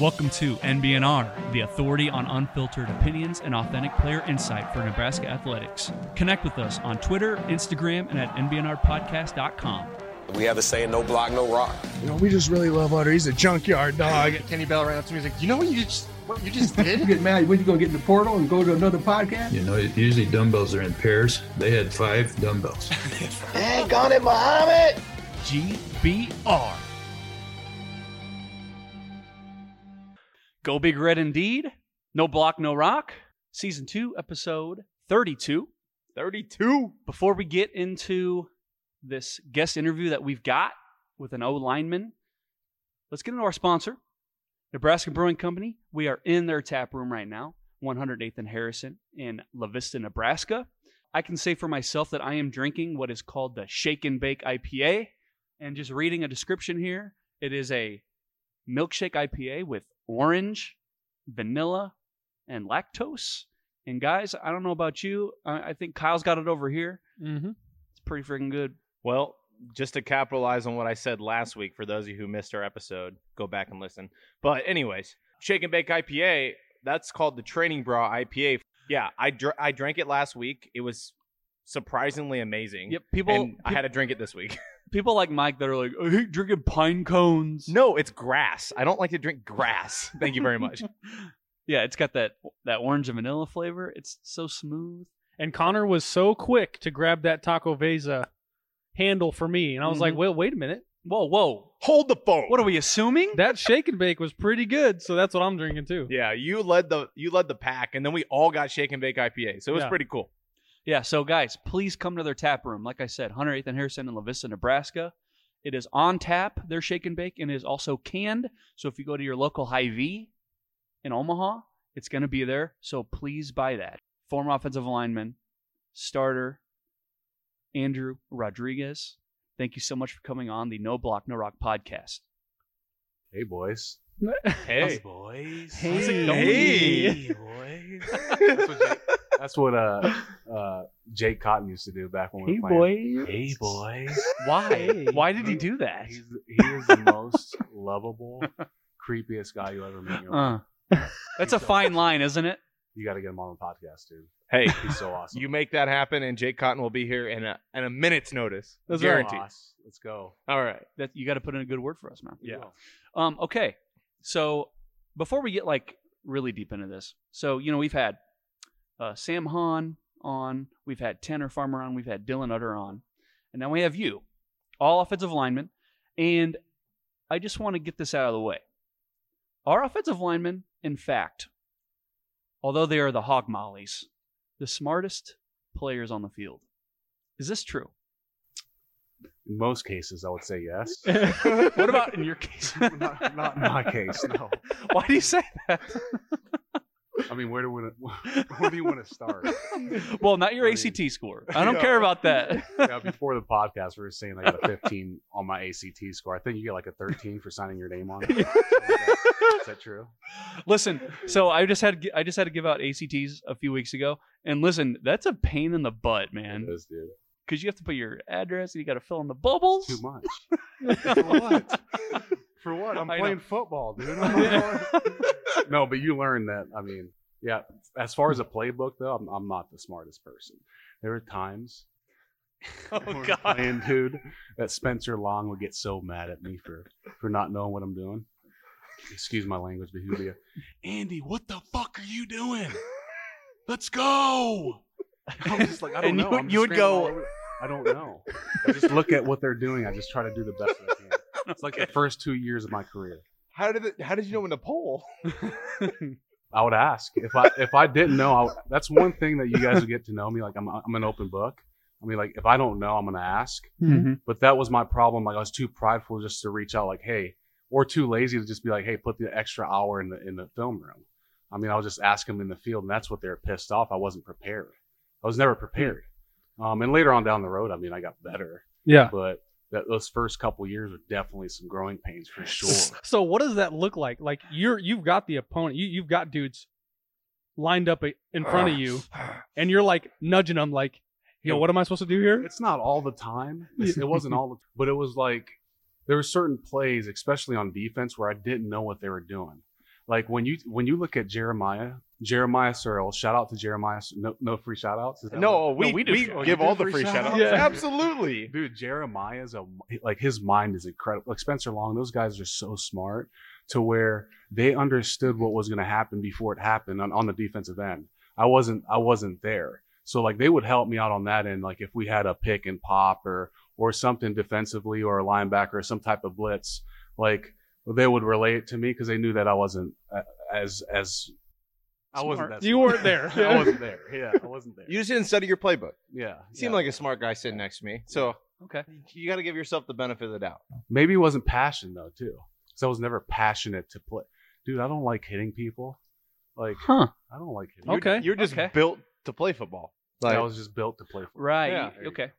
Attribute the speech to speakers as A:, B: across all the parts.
A: Welcome to NBNR, the authority on unfiltered opinions and authentic player insight for Nebraska athletics. Connect with us on Twitter, Instagram, and at NBNRpodcast.com.
B: We have a saying, no block, no rock.
C: You know, we just really love Otter. He's a junkyard dog.
D: Kenny Bell ran up to me. He's like, "You know what you just what you just
E: You
D: did?"
E: get mad, we could go get in the portal and go to another podcast.
F: You know, usually dumbbells are in pairs. They had five dumbbells.
B: Daggone it, Muhammad!
A: GBR. Go Big Red Indeed. No Block, No Rock. Season 2, episode 32. 32. Before we get into this guest interview that we've got with an O lineman, let's get into our sponsor, Nebraska Brewing Company. We are in their tap room right now, 108th and Harrison in La Vista, Nebraska. I can say for myself that I am drinking what is called the Shake and Bake IPA. And just reading a description here, it is a milkshake IPA with orange, vanilla, and lactose. And guys, I don't know about you. I, I think Kyle's got it over here.
D: Mm-hmm.
A: It's pretty freaking good.
G: Well, just to capitalize on what I said last week, for those of you who missed our episode, go back and listen. But, anyways, Shake and Bake IPA, that's called the Training Bra IPA. Yeah, I, dr- I drank it last week. It was surprisingly amazing.
A: Yep, people.
G: and I had to drink it this week.
A: people like Mike that are like, "I hate drinking pine cones.
G: no, it's grass. I don't like to drink grass. Thank you very much.
A: Yeah, it's got that that orange and vanilla flavor. It's so smooth.
D: And Connor was so quick to grab that Taco Vesa handle for me, and I was like,
C: Mm-hmm.
A: Mhm.
D: "Well, wait a minute,
A: Whoa, whoa.
G: Hold the phone.
A: What are we assuming?
D: that shake and bake was pretty good, so that's what I'm drinking too."
G: yeah, you led the you led the pack, and then we all got Shake and Bake IPA. So it was
D: Yeah.
G: pretty cool.
A: Yeah, so guys, please come to their tap room. Like I said, 108th and Harrison in La Vista, Nebraska. It is on tap, their shake and bake, and it is also canned. So if you go to your local Hy-Vee in Omaha, it's going to be there. So please buy that. Former offensive lineman, starter, Andrew Rodriguez. Thank you so much for coming on the No Block, No Rock podcast.
H: Hey boys.
G: Hey,
H: boys.
A: Hey.
G: Hey.
H: boys. that's what Jake, that's what uh uh Jake Cotton used to do back when we were playing.
A: boy.
H: Hey boys.
A: Why? Why did he do that?
H: He's he is the most lovable, creepiest guy you ever meet. in your life.
A: Uh, that's a fine line, isn't it?
H: You got to get him on the podcast, dude.
G: hey,
H: He's so awesome.
G: you make that happen, and Jake Cotton will be here in a in a minute's notice.
H: That's right.
G: Guaranteed.
H: Boss. Let's go.
G: All right.
A: That you got to put in a good word for us, man.
H: We
G: Yeah.
H: will.
A: Um, okay. So before we get like really deep into this, so you know we've had uh, Sam Hahn on, we've had Tanner Farmer on, we've had Dylan Utter on, and now we have you, all offensive linemen, and I just want to get this out of the way. Our offensive linemen, in fact, although they are the hog mollies, the smartest players on the field. Is this true?
H: In most cases, I would say yes.
A: What about in your case?
H: not, not in my case. No.
A: Why do you say that?
H: I mean, where do we, where do you want to start?
A: Well, not your
H: I mean-
A: ACT score. I don't
H: Yeah.
A: care about that.
H: Yeah, before the podcast, we were saying I got a 15 on my ACT score. I think you get like a 13 for signing your name on. it. Is that true?
A: listen, so I just had I just had to give out ACTs a few weeks ago, and listen, that's a pain in the butt,
H: it
A: man,
H: is, dude.
A: because you have to put your address and you got to fill in the bubbles.
H: Too much. For what? For what? I'm
A: I know.
H: playing football, dude. I'm not- no, but you learn that. I mean, yeah. As far as a playbook, though, I'm, I'm not the smartest person. There were times when we
A: Oh
H: were
A: God!
H: playing, dude, that Spencer Long would get so mad at me for for not knowing what I'm doing. Excuse my language, but he'd be, Andy, what the fuck are you doing? Let's go. I'm just like, I don't
A: And
H: know.
A: you-
H: I'm just
A: you would
H: scrambling
A: go-
H: all over- I don't know. I just look at what they're doing. I just try to do the best that I can. It's like the first two years of my career.
G: How did it, how did you know when to poll?
H: I would ask if I if I didn't know. I, would- that's one thing that you guys will get to know me. Like I'm I'm an open book. I mean, like if I don't know, I'm gonna ask.
A: Mhm.
H: But that was my problem. Like I was too prideful just to reach out. Like hey, or too lazy to just be like hey, put the extra hour in the in the film room. I mean, I was just asking them in the field, and that's what they're pissed off. I wasn't prepared. I was never prepared. Um, and later on down the road, I mean, I got better,
D: Yeah.
H: but. That, those first couple years were definitely some growing pains for sure.
D: So what does that look like? Like you're you've got the opponent, you you've got dudes lined up i- in front of you, and you're like nudging them, like, yo, what am I supposed to do here?
H: it's not all the time. It's- It wasn't all the but it was like there were certain plays, especially on defense, where I didn't know what they were doing. Like when you when you look at Jeremiah, Jeremiah Searle, shout out to Jeremiah. No, no free shout outs.
G: No, we, we,
A: we do shout
H: outs.
G: give
H: Oh, You
G: all
H: do
G: the
H: free
G: free shout outs.
H: shout outs?
G: Absolutely.
H: dude, Jeremiah's a like his mind is incredible. Like Spencer Long, those guys are so smart to where they understood what was going to happen before it happened on, on the defensive end. I wasn't I wasn't there. So like they would help me out on that end like if we had a pick and pop or or something defensively or a linebacker or some type of blitz like they would relate to me because they knew that I wasn't uh, as as I wasn't that
D: You
H: smart.
D: weren't there.
H: I wasn't there. Yeah, I wasn't there.
G: You just didn't study your playbook.
H: yeah.
G: You seem
H: yeah.
G: like a smart guy sitting next to me. So
A: Okay.
G: you got to give yourself the benefit of the doubt.
H: Maybe it wasn't passion though too, because I was never passionate to play. Dude, I don't like hitting people. Like
A: Huh.
H: I don't like hitting.
G: You're-
A: Okay,
G: You're just
A: okay.
G: built to play football.
H: Like,
G: Like,
H: I was just built to play. football.
A: Right.
G: Yeah.
A: you- Okay.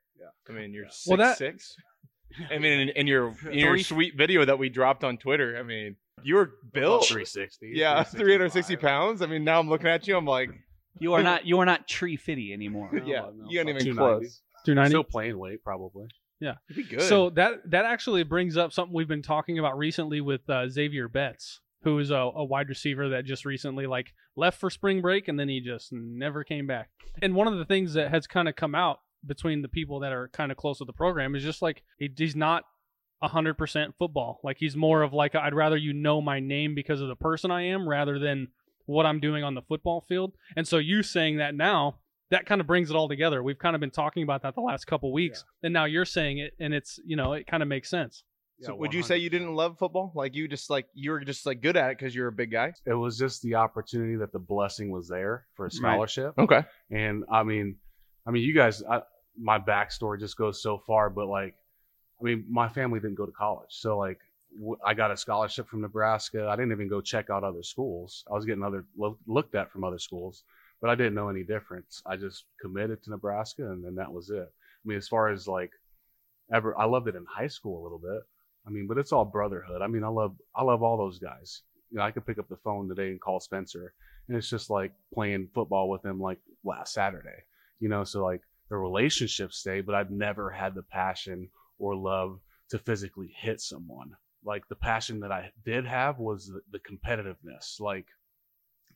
G: I mean, you're six
D: Well, that-
G: six. I mean, in, in your in your
A: Three-
G: sweet video that we dropped on Twitter, I mean, you were built.
H: three sixty.
G: Yeah, 360 pounds. I mean, now I'm looking at you. I'm like,
A: You are not you are not tree fitty anymore. Oh,
H: No,
G: yeah,
H: no,
G: you ain't
H: fuck.
G: even
H: 290.
G: close.
D: 290.
H: Still playing weight probably.
G: You'd be good.
D: So that that actually brings up something we've been talking about recently with uh, Xavier Betts, who is a, a wide receiver that just recently like left for spring break and then he just never came back. And one of the things that has kind of come out between the people that are kind of close to the program is just like he, he's not hundred percent football. Like he's more of like I'd rather you know my name because of the person I am rather than what I'm doing on the football field. And so you saying that now that kind of brings it all together. We've kind of been talking about that the last couple weeks, and now you're saying it, and it's you know it kind of makes sense.
H: Yeah,
G: So would you say you
H: 100%.
G: didn't love football? Like you just like you were just like good at it because you're a big guy.
H: It was just the opportunity that the blessing was there for a scholarship.
G: Okay.
H: And I mean, I mean, you guys, I, my backstory just goes so far, but like, I mean, my family didn't go to college, so like, w- I got a scholarship from Nebraska. I didn't even go check out other schools. I was getting other lo- looked at from other schools, but I didn't know any difference. I just committed to Nebraska, and then that was it. I mean, as far as like, ever, I loved it in high school a little bit. I mean, but it's all brotherhood. I mean, I love, I love all those guys. You know, I could pick up the phone today and call Spencer, and it's just like playing football with him, like last Saturday. You know, so like the relationships stay, but I've never had the passion or love to physically hit someone. Like the passion that I did have was the, the competitiveness, like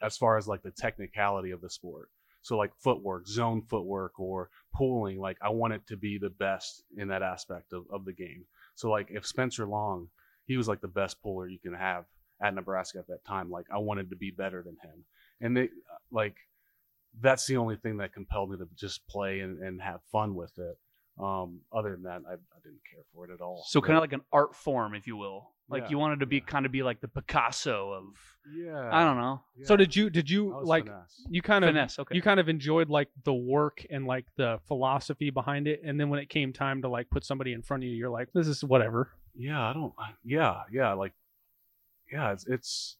H: as far as like the technicality of the sport. So like footwork, zone footwork or pulling, like I want it to be the best in that aspect of, of the game. So like if Spencer Long, he was like the best puller you can have at Nebraska at that time. Like I wanted to be better than him. And they like that's the only thing that compelled me to just play and, and have fun with it. Um, other than that, I, I didn't care for it at all.
A: So kind of like an art form, if you will. Like
H: Yeah,
A: you wanted to be
H: yeah.
A: kind of be like the Picasso of
H: yeah.
A: I don't know
D: So did you did you like you kind of
A: finesse. Okay.
D: you kind of enjoyed like the work and like the philosophy behind it, and then when it came time to like put somebody in front of you, you're like, this is whatever.
H: yeah, I don't. I- Yeah, yeah, like, yeah, it's it's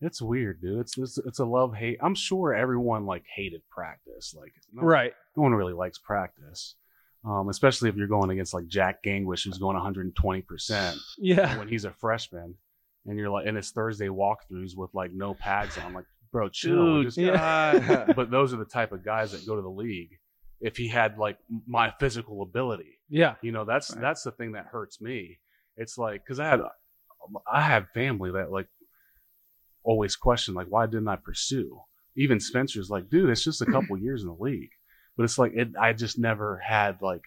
H: it's weird, dude. It's it's, it's a love hate. I'm sure everyone like hated practice. Like, no,
D: Right.
H: no one really likes practice, um, especially if you're going against like Jack Gangwish, who's going 120 percent.
D: Yeah.
H: when he's a freshman and you're like and it's Thursday walkthroughs with like no pads on, like, bro, chill.
A: Dude,
H: just-
G: yeah.
H: But those are the type of guys that go to the league. If he had like my physical ability,
D: Yeah.
H: you know, that's
A: Right.
H: that's the thing that hurts me. It's like because I had um, I had family that like always questioned like why didn't I pursue? Even Spencer's like, dude, it's just a couple years in the league, but it's like it, I just never had like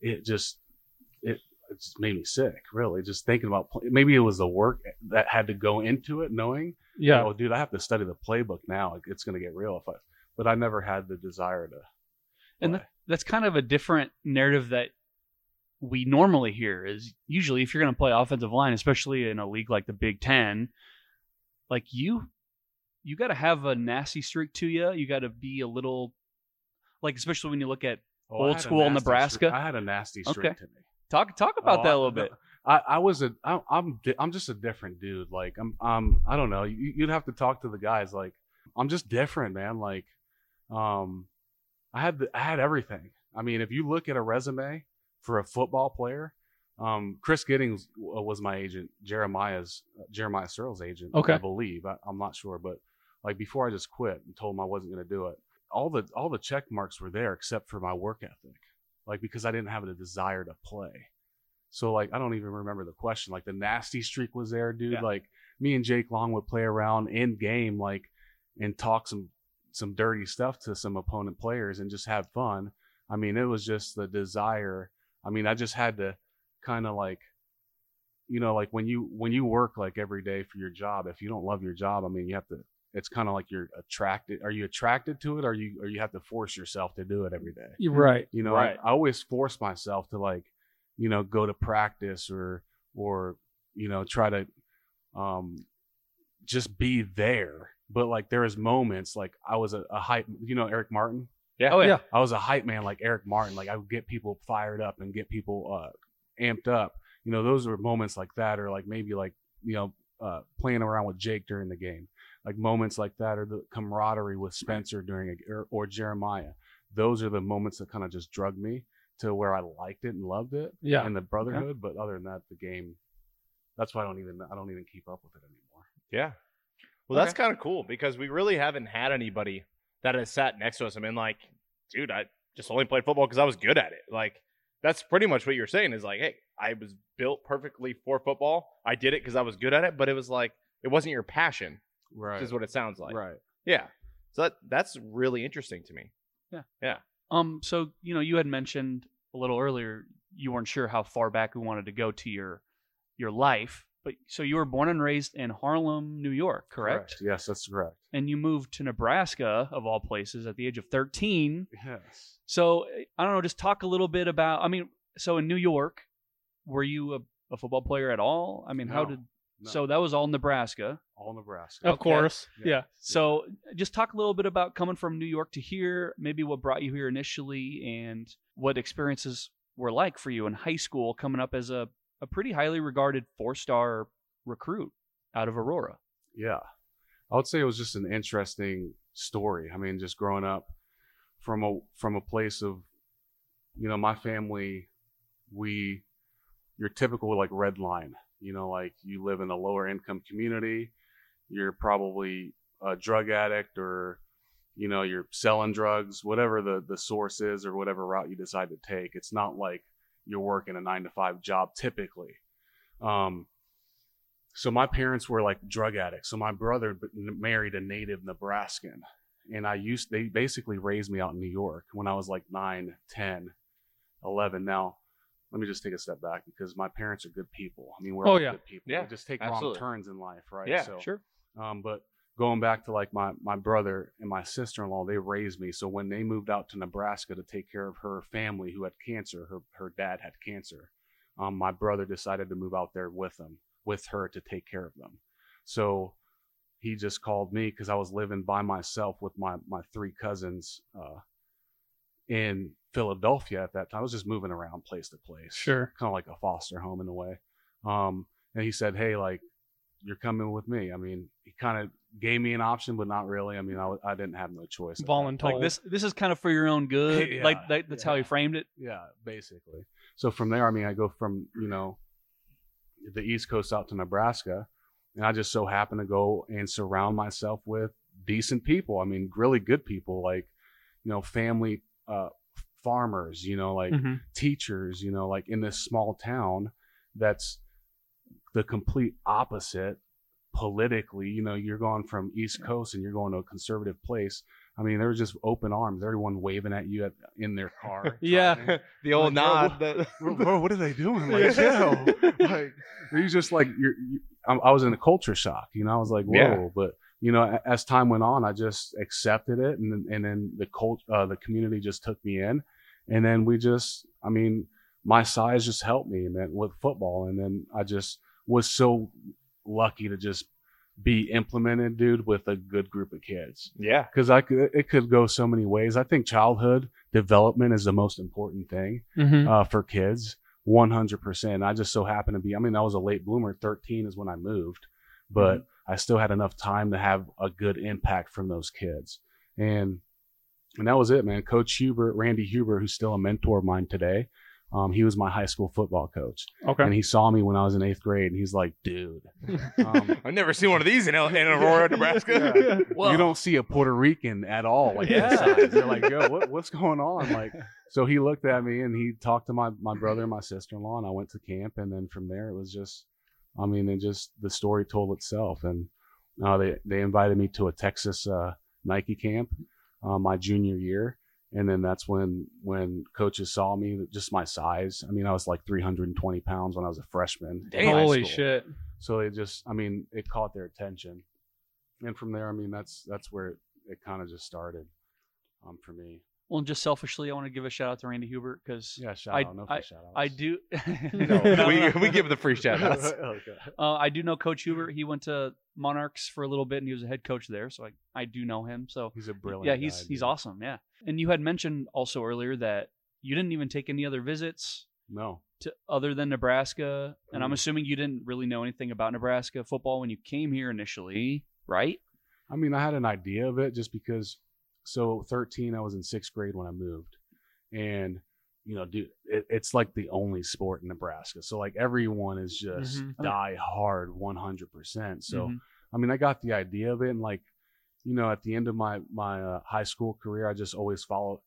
H: it just it, it just made me sick really just thinking about play- maybe it was the work that had to go into it knowing
D: Yeah.
H: oh dude I have to study the playbook now like, it's gonna get real if I but I never had the desire to
A: And
H: play.
A: that's kind of a different narrative that we normally hear is usually if you're going to play offensive line especially in a league like the big 10 like you you got to have a nasty streak to you you got to be a little like especially when you look at
H: Oh, I
A: Old
H: had a
A: school
H: nasty
A: Nebraska?
H: streak- I had a nasty streak
A: Okay.
H: to me.
A: talk talk about
H: Oh,
A: that
H: I-
A: a little bit
H: I, I was a I, I'm di- I'm just a different dude. Like I'm um I don't know. You, you'd have to talk to the guys. Like I'm just different, man. Like um I had the, I had everything. I mean, if you look at a resume for a football player, um Chris Giddings w- was my agent, Jeremiah's uh, Jeremiah Searle's agent.
D: Okay.
H: I believe I, I'm not sure, but like before I just quit and told him I wasn't going to do it. All the all the check marks were there except for my work ethic, like because I didn't have a desire to play. So like I don't even remember the question. Like the nasty streak was there, dude.
A: Yeah.
H: Like me and Jake Long would play around in game, like, and talk some some dirty stuff to some opponent players and just have fun. I mean, it was just the desire. I mean, I just had to kind of like, you know, like when you when you work like every day for your job, if you don't love your job, I mean, you have to. It's kind of like you're attracted. Are you attracted to it? Or you or you have to force yourself to do it every day?
D: You're right.
H: You know,
G: Right.
H: I, I always force myself to like, you know, go to practice or or you know try to um just be there. But like there was moments like I was a, a hype. You know, Eric Martin.
G: Yeah.
A: Oh,
D: yeah.
H: I was a hype man like Eric Martin. Like I would get people fired up and get people uh, amped up. You know, those were moments like that, or like maybe like you know uh, playing around with Jake during the game, like moments like that, or the camaraderie with Spencer during a, or, or Jeremiah. Those are the moments that kind of just drug me to where I liked it and loved it,
D: Yeah.
H: and the brotherhood. But other than that, the game. That's why I don't even I don't even keep up with it anymore.
G: Yeah. Well, that's kind of cool because we really haven't had anybody that has sat next to us. I mean, like, dude, I just only played football because I was good at it. Like, that's pretty much what you're saying is like, hey, I was built perfectly for football. I did it because I was good at it, but it was like, it wasn't your passion,
H: Right.
G: is what it sounds like.
H: right.
G: Yeah. So that, that's really interesting to me.
A: Um, so you know, you had mentioned a little earlier you weren't sure how far back we wanted to go to your your life, but so you were born and raised in Harlem, New York, correct?
H: Yes, that's correct.
A: And you moved to Nebraska, of all places, at the age of thirteen.
H: Yes.
A: So I don't know, just talk a little bit about. I mean, so in New York, were you a, a football player at all? I mean, how
H: No,
A: did?
H: no.
A: So that was all Nebraska.
H: all Nebraska.
G: Oh,
D: Of course. Yeah.
A: So just talk a little bit about coming from New York to here, maybe what brought you here initially and what experiences were like for you in high school coming up as a, a pretty highly regarded four star recruit out of Aurora.
H: yeah i would say it was just an interesting story i mean just growing up from a from a place of you know my family we your typical like red line you know like you live in a lower income community you're probably a drug addict or you know you're selling drugs whatever the the source is or whatever route you decide to take it's not like you're working a 9 to 5 job typically um so my parents were like drug addicts. So my brother b- n- married a native Nebraskan, and I used they basically raised me out in New York when I was like 9, 10, 11. Now, let me just take a step back because my parents are good people. I mean, we're
D: Oh,
H: all
D: yeah.
H: good people.
G: Yeah,
H: we just take
G: absolutely.
H: wrong turns in life, right?
G: Yeah,
H: so,
A: Sure.
H: um, but going back to like my my brother and my sister in law, they raised me. So when they moved out to Nebraska to take care of her family who had cancer, her her dad had cancer. Um, my brother decided to move out there with them, with her to take care of them. So he just called me because I was living by myself with my my three cousins uh, in Philadelphia at that time. I was just moving around place to place
D: Sure.
H: kind of like a foster home in a way. Um, and he said, "Hey, like you're coming with me." I mean, he kind of gave me an option, but not really. I mean, I, I didn't have no choice. at that point.
D: Voluntold.
A: Like this, this is kind of for your own good.
H: Yeah,
A: like that, that's how he
H: yeah.
A: framed it.
H: Yeah, basically. So from there, I mean, I go from you know the East Coast out to Nebraska, and I just so happen to go and surround myself with decent people. I mean, really good people, like you know, family uh, farmers. You know, like
D: Mhm.
H: teachers, you know, like in this small town that's the complete opposite politically. You know, you're going from East Coast and you're going to a conservative place. I mean, there was just open arms, everyone waving at you at, in their car.
D: Yeah.
H: driving.
G: the old
H: Bro,
G: nod. the-
H: Bro, bro, what are they doing? Like, chill. Like, you just like, you're, you, I I was in a culture shock, you know, I was like, whoa,
G: Yeah.
H: but you know, a- as time went on, I just accepted it. And then, and then the cult, uh, the community just took me in. And then we just, I mean, my size just helped me man, with football. And then I just was so lucky to just be implemented, dude, with a good group of kids.
G: yeah.
H: Cause I could, it could go so many ways. I think childhood development is the most important thing
D: Mhm.
H: uh, for kids 100% i just so happened to be i mean i was a late bloomer 13 is when i moved but i still had enough time to have a good impact from those kids and and that was it man coach huber randy huber who's still a mentor of mine today um, he was my high school football coach
D: Okay.
H: and he saw me when i was in eighth grade and he's like dude um,
G: I've never seen one of these in, El- in Aurora, Nebraska.
D: Yeah.
H: you don't see a Puerto Rican at all. Like yeah.
D: Yeah.
H: They're like, yo, what, what's going on? Like, so he looked at me and he talked to my, my brother and my sister in law, and I went to camp. And then from there, it was just, I mean, it just the story told itself. And uh, they they invited me to a Texas uh, Nike camp uh, my junior year, and then that's when when coaches saw me just my size. I mean, I was like 320 pounds when I was a freshman. in high
D: Holy
H: school.
D: shit.
H: So it just, I mean, it caught their attention, and from there, I mean, that's that's where it, it kind of just started, um, for me.
A: Well, and just selfishly, I want to give a shout out to Randy Hubert because
H: Yeah, shout
A: I-
H: out, no free shout outs.
A: I do.
G: No, we, we give the free shout outs.
H: Okay.
A: Uh, I do know Coach Hubert. He went to Monarchs for a little bit, and he was a head coach there. So I, I do know him. So
H: He's a brilliant.
A: yeah, he's
H: guy,
A: he's
H: dude.
A: awesome. Yeah, and you had mentioned also earlier that you didn't even take any other visits
H: No,
A: to other than Nebraska, and I'm
H: Mm.
A: assuming you didn't really know anything about Nebraska football when you came here initially, right?
H: I mean, I had an idea of it just because. So 13, I was in sixth grade when I moved, and you know, dude, it, it's like the only sport in Nebraska. So like everyone is just
D: Mhm.
H: die hard 100. percent So
A: Mhm.
H: I mean, I got the idea of it, and like, you know, at the end of my my uh, high school career, I just always followed.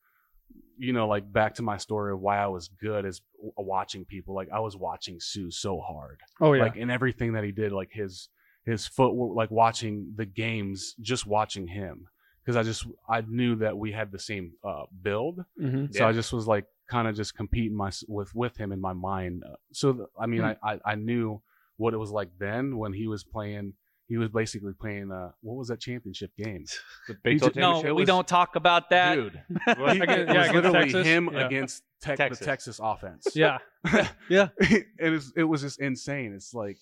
H: You know, like back to my story of why I was good is w- watching people. Like I was watching Sue so hard
D: Oh yeah.
H: like in everything that he did like his his foot like watching the games just watching him because i just i knew that we had the same uh build
D: mm-hmm.
H: so i just was like kind of just competing my with with him in my mind Uh, so th- i mean
D: Mm-hmm.
H: I, I i knew what it was like then when he was playing he was basically playing uh what was that championship game
G: The
H: Big Twelve
A: No,
H: Championship
A: we
H: was-
A: don't talk about that.
H: dude
G: Well,
H: he-
D: Again- yeah,
H: it was
D: against
H: literally
D: Texas?
H: him
D: Yeah.
H: against Tex-
G: Texas.
H: the texas offense
D: Yeah.
H: it is it was just insane. It's like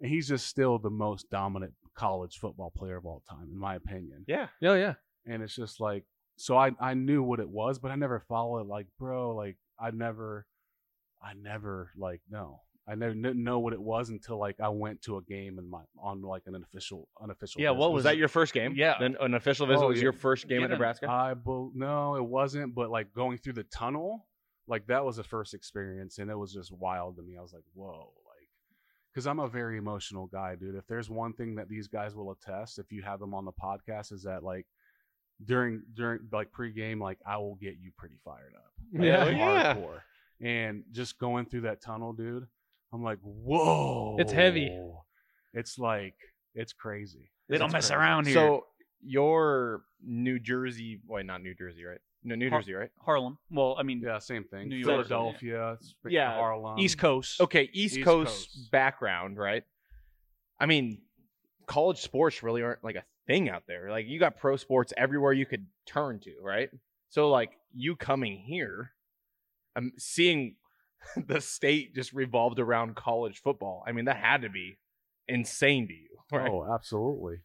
H: and he's just still the most dominant college football player of all time, in my opinion.
G: yeah.
D: Yeah. Yeah.
H: And it's just like so I I knew what it was, but I never followed it. Like, bro, like I never, I never like no, I never didn't know what it was until like I went to a game and my on like an official unofficial.
A: Yeah, what
H: visit.
G: Was that your first game?
A: Yeah.
G: Then an official visit
H: Oh,
G: was
H: yeah.
G: your first game
A: Get
G: at
A: him.
G: Nebraska.
H: I bel no, it wasn't. But like going through the tunnel, like that was the first experience, and it was just wild to me. I was like, whoa, like, because I'm a very emotional guy, dude. If there's one thing that these guys will attest, if you have them on the podcast, is that like during during like pregame, like I will get you pretty fired up, Like,
D: Yeah.
G: Yeah.
H: hardcore. And just going through that tunnel, dude, I'm like, whoa,
D: It's heavy.
H: It's like it's crazy.
A: They don't
H: It's
A: mess
H: crazy.
A: around here.
G: So your New Jersey, wait, not New Jersey, right? No, New
A: Har-
G: Jersey, right?
A: Harlem. Well, I mean,
H: Yeah, um, same thing.
A: New York.
H: Philadelphia, Sp-
G: Yeah,
H: Harlem,
A: East Coast.
G: Okay, East,
H: East
G: Coast,
H: Coast.
G: background, right? I mean, college sports really aren't like a thing out there. Like you got pro sports everywhere you could turn to, right? So like you coming here, I'm seeing the state just revolved around college football. I mean, that had to be insane to you, right?
H: Oh, absolutely.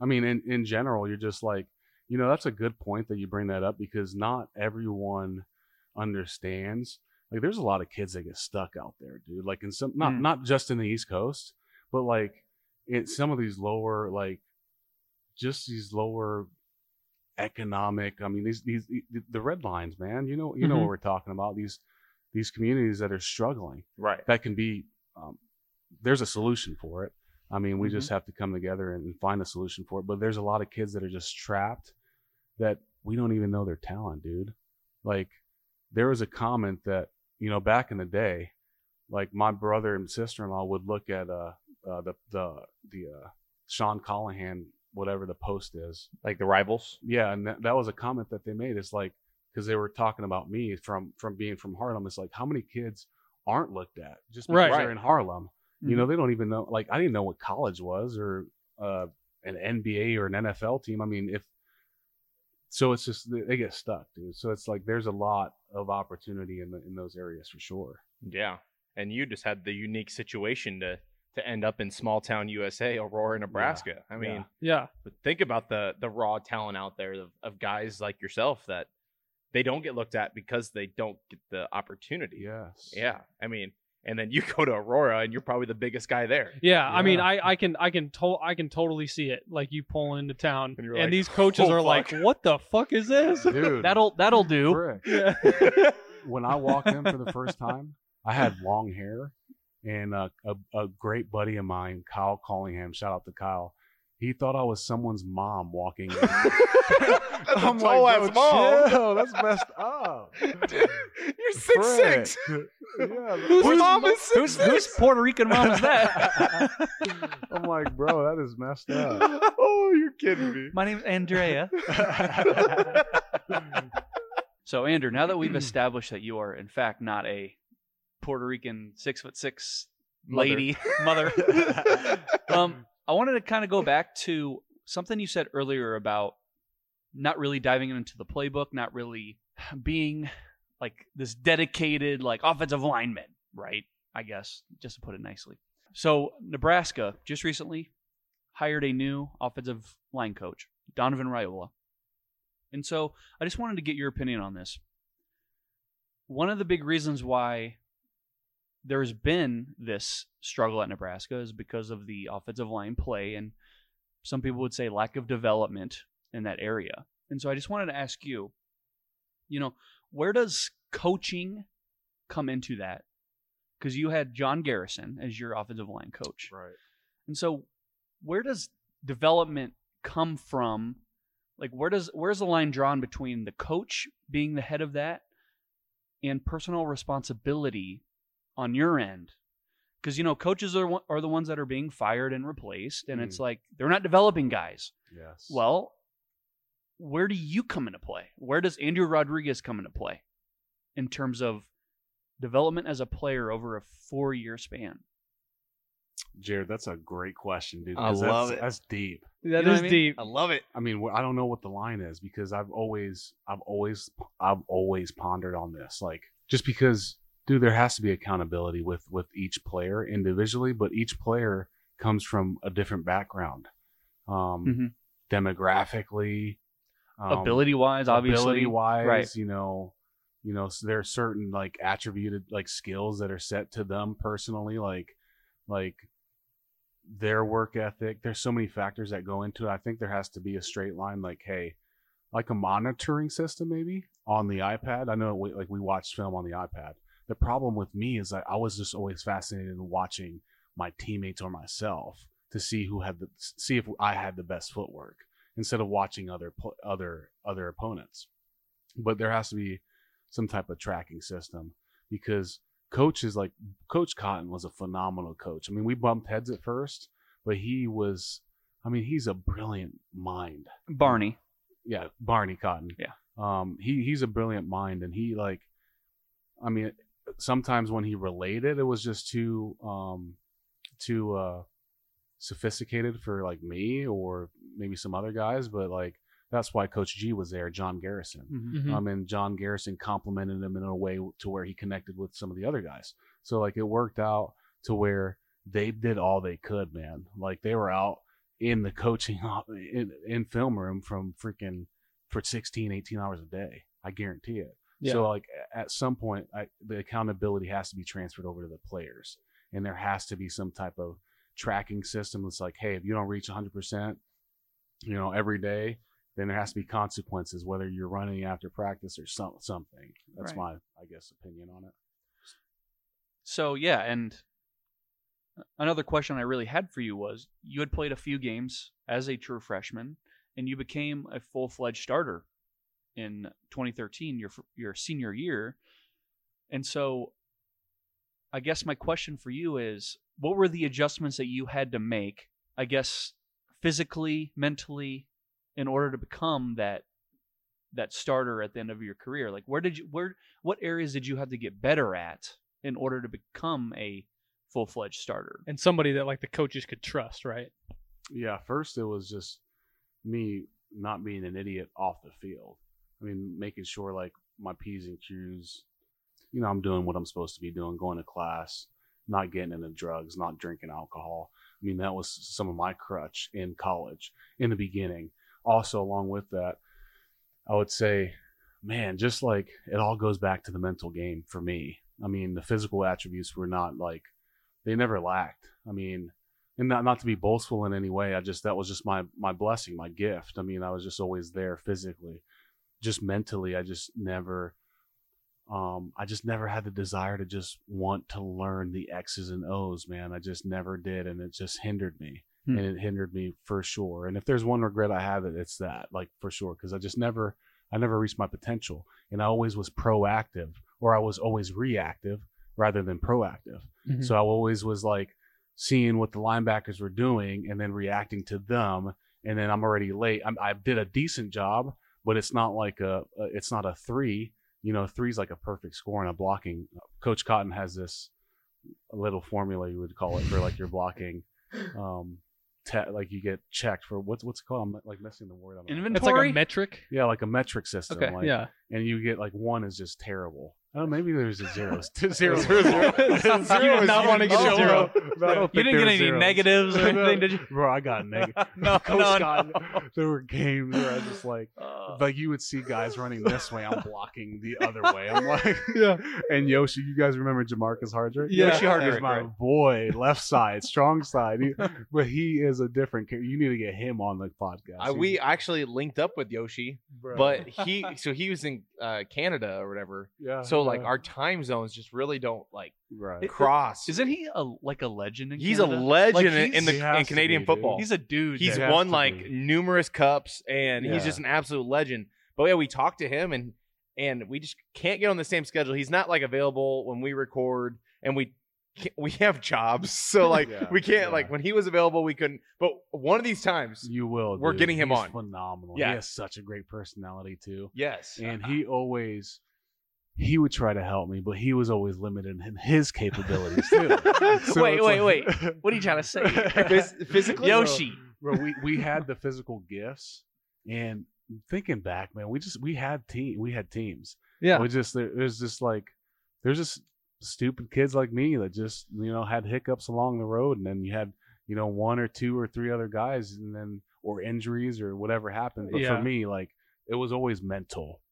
H: I mean, in, in general, you're just like, you know, that's a good point that you bring that up because not everyone understands. Like, there's a lot of kids that get stuck out there, dude. Like, in some, not
A: Mm.
H: not just in the East Coast, but like in some of these lower, like, just these lower economic. I mean, these these the- the red lines, man. You know, you
G: Mm-hmm.
H: know what we're talking about. These these communities that are struggling
G: Right.
H: that can be um, there's a solution for it i mean we just have to come together and, and find a solution for it but there's a lot of kids that are just trapped that we don't even know their talent dude like there was a comment that you know back in the day like my brother and sister-in-law would look at uh, uh the the the uh sean callahan whatever the post is
G: Like the rivals.
H: yeah and that, that was a comment that they made it's like because they were talking about me from from being from harlem it's like how many kids aren't looked at just because
D: Right.
H: they're in harlem you
G: Mm-hmm.
H: know they don't even know like i didn't know what college was or uh an nba or an nfl team i mean if so it's just they- they get stuck dude so it's like there's a lot of opportunity in the, in those areas for sure
G: Yeah. And you just had the unique situation to to end up in small town USA, Aurora, Nebraska. I mean,
H: yeah.
D: Yeah.
G: but think about the the raw talent out there of, of guys like yourself that they don't get looked at because they don't get the opportunity.
H: yes
G: Yeah. I mean, and then you go to Aurora and you're probably the biggest guy there.
D: Yeah, I mean,
H: Yeah.
D: I, I can, I can, to- I can totally see it. Like you pull into town,
G: And
D: and,
G: you're like,
D: these coaches
G: "Oh,
D: are like,
G: fuck."
D: "What the fuck is this?"
H: dude
A: that'll that'll do.
H: frick.
D: yeah.
H: when I walked in for the first time, I had long hair, and uh, a, a great buddy of mine, Kyle Callingham, shout out to Kyle. He thought I was someone's mom walking in.
G: That's a tall ass
H: "Bro,
G: "Oh, mom.
H: chill, that's messed up.
G: Dude, You're six six.
H: Frick. yeah,
G: Whose mom is
A: Who's,
G: six
A: whose
G: six?
A: Puerto Rican mom is that?
H: I'm like, bro, that is messed up.
G: oh, you're kidding me.
A: My name's Andrea. So, Andrew, now that we've established that you are, in fact, not a Puerto Rican six foot six lady mother, um, I wanted to kind of go back to something you said earlier about not really diving into the playbook, not really being like this dedicated like offensive lineman, right? I guess just to put it nicely. So Nebraska just recently hired a new offensive line coach, Donovan Raiola, and so I just wanted to get your opinion on this. One of the big reasons why there's been this struggle at Nebraska is because of the offensive line play and some people would say lack of development in that area. And so I just wanted to ask you, you know, where does coaching come into that? Because you had John Garrison as your offensive line coach.
H: Right.
A: And so where does development come from? Like where does where's the line drawn between the coach being the head of that and personal responsibility on your end? Cuz you know coaches are one- are the ones that are being fired and replaced and
D: Mm.
A: it's like they're not developing guys.
H: Yes.
A: Well, where do you come into play? Where does Andrew Rodriguez come into play in terms of development as a player over a 4-year span?
H: Jared, that's a great question, dude.
G: I
H: 'cause
G: love
H: that's,
G: it.
H: That's deep.
D: That is
A: You know what I mean?
D: deep.
G: I love it.
H: I mean, wh- I don't know what the line is because I've always, I've always, I've always pondered on this. Like, just because, dude, there has to be accountability with with each player individually, but each player comes from a different background, um,
A: Mhm.
H: demographically, um,
A: Ability-wise, obviously.
H: ability wise,
A: right.
H: you know, you know, so there are certain like attributed like skills that are set to them personally, like like their work ethic. There's so many factors that go into it. I think there has to be a straight line, like hey, like a monitoring system maybe on the iPad. I know we, like we watched film on the iPad. The problem with me is that I was just always fascinated in watching my teammates or myself to see who had the see if I had the best footwork instead of watching other pl- other other opponents. But there has to be some type of tracking system because coach is like Coach Cotton was a phenomenal coach. I mean, we bumped heads at first, but he was. I mean, he's a brilliant mind
A: Barney.
H: yeah, Barney Cotton.
A: Yeah.
H: Um, he he's a brilliant mind, and he like, I mean, sometimes when he related, it was just too um, too uh, sophisticated for like me or maybe some other guys, but like that's why Coach G was there, John Garrison.
D: Mhm.
H: Um, and John Garrison complimented him in a way to where he connected with some of the other guys. So like it worked out to where they did all they could, man. Like they were out in the coaching op- in, in film room from freaking for 16, 18 hours a day. I guarantee it.
D: Yeah.
H: So like a- at some point, I, the accountability has to be transferred over to the players, and there has to be some type of tracking system that's like, hey, if you don't reach 100 percent, you know, every day, then there has to be consequences, whether you're running after practice or some, something. That's my, I guess, opinion on it.
A: So yeah, and another question I really had for you was you had played a few games as a true freshman and you became a full-fledged starter in 2013 your fr- your senior year. And so I guess my question for you is what were the adjustments that you had to make, I guess physically, mentally in order to become that that starter at the end of your career? Like where did you where what areas did you have to get better at in order to become a full fledged starter.
D: And somebody that like the coaches could trust, right?
H: Yeah, first it was just me not being an idiot off the field. I mean, making sure like my P's and Q's, you know, I'm doing what I'm supposed to be doing, going to class, not getting into drugs, not drinking alcohol. I mean, that was some of my crutch in college in the beginning. Also, along with that, I would say, man, just like it all goes back to the mental game for me. I mean, the physical attributes were not like they never lacked. I mean, and not not to be boastful in any way. I just that was just my my blessing, my gift. I mean, I was just always there physically, just mentally. I just never, um, I just never had the desire to just want to learn the X's and O's, man. I just never did, and it just hindered me.
A: Hmm.
H: and it hindered me for sure. And if there's one regret I have, it it's that, like for sure, because I just never, I never reached my potential, and I always was proactive, or I was always reactive rather than proactive.
A: Mhm.
H: So I always was like seeing what the linebackers were doing and then reacting to them, and then I'm already late. I'm, I did a decent job, but it's not like a, a it's not a three. You know, three's like a perfect score in a blocking. Coach Cotton has this little formula you would call it for like your blocking. Um, te- like you get checked for what's what's it called? I'm like missing the word. I'm
D: That's
A: Inventory?
D: like a metric.
H: yeah, like a metric system.
A: Okay,
H: like,
D: yeah.
H: and you get like one is just terrible. Oh, maybe there's a zero. zero, zero.
G: Zero, zero.
D: You
G: is
D: would not
G: even
D: want to get
G: lower.
D: a zero.
A: You didn't get any negatives or anything, did you?
H: Bro, I got negative.
A: No,
H: Coach
A: no,
H: Scott,
A: no.
H: There were games where I was just like,
A: Uh,
H: like you would see guys running this way, I'm blocking the other way. I'm like,
D: Yeah.
H: and Yoshi, you guys remember Jamarcus Hardrick?
D: Yeah.
H: Yoshi Hardrick's
G: Eric,
H: my
G: right.
H: boy, left side, strong side. He- but he is a different. character. You need to get him on the podcast.
G: I, we actually linked up with Yoshi,
H: Bro.
G: but he so he was in uh, Canada or whatever.
H: yeah,
G: So like
H: yeah.
G: our time zones just really don't like
H: right.
A: It-
G: cross.
A: Isn't he a like a legend? In
G: he's a
A: Canada?
G: legend
A: Like,
G: in- in
A: he's-
H: He
G: the in
H: has to
G: Canadian
H: be, dude.
G: football.
A: He's a dude.
G: he's
A: that-
H: has
G: won
H: to
G: like
H: be.
G: numerous cups and he's
H: Yeah.
G: just an absolute legend but yeah we talked to him and and we just can't get on the same schedule he's not like available when we record and we can't- we have jobs so like
H: Yeah,
G: we can't
H: yeah.
G: like when he was available we couldn't but one of these times
H: You will.
G: We're
H: dude.
G: getting him
H: He's
G: on.
H: Phenomenal.
G: Yeah.
H: He has such a great personality too.
G: yes
H: and he always he would try to help me, but he was always limited in his capabilities too.
G: Wait,
H: it's
G: wait,
H: like-
A: What are you trying to say?
G: Phys- physically
A: Yoshi.
H: Bro, we we had the physical gifts, and thinking back, man, we just we had team we had teams.
D: Yeah.
H: we just there, there's just like there's just stupid kids like me that just you know had hiccups along the road, and then you had you know one or two or three other guys, and then or injuries or whatever happened. But
D: Yeah.
H: for me, like it was always mental.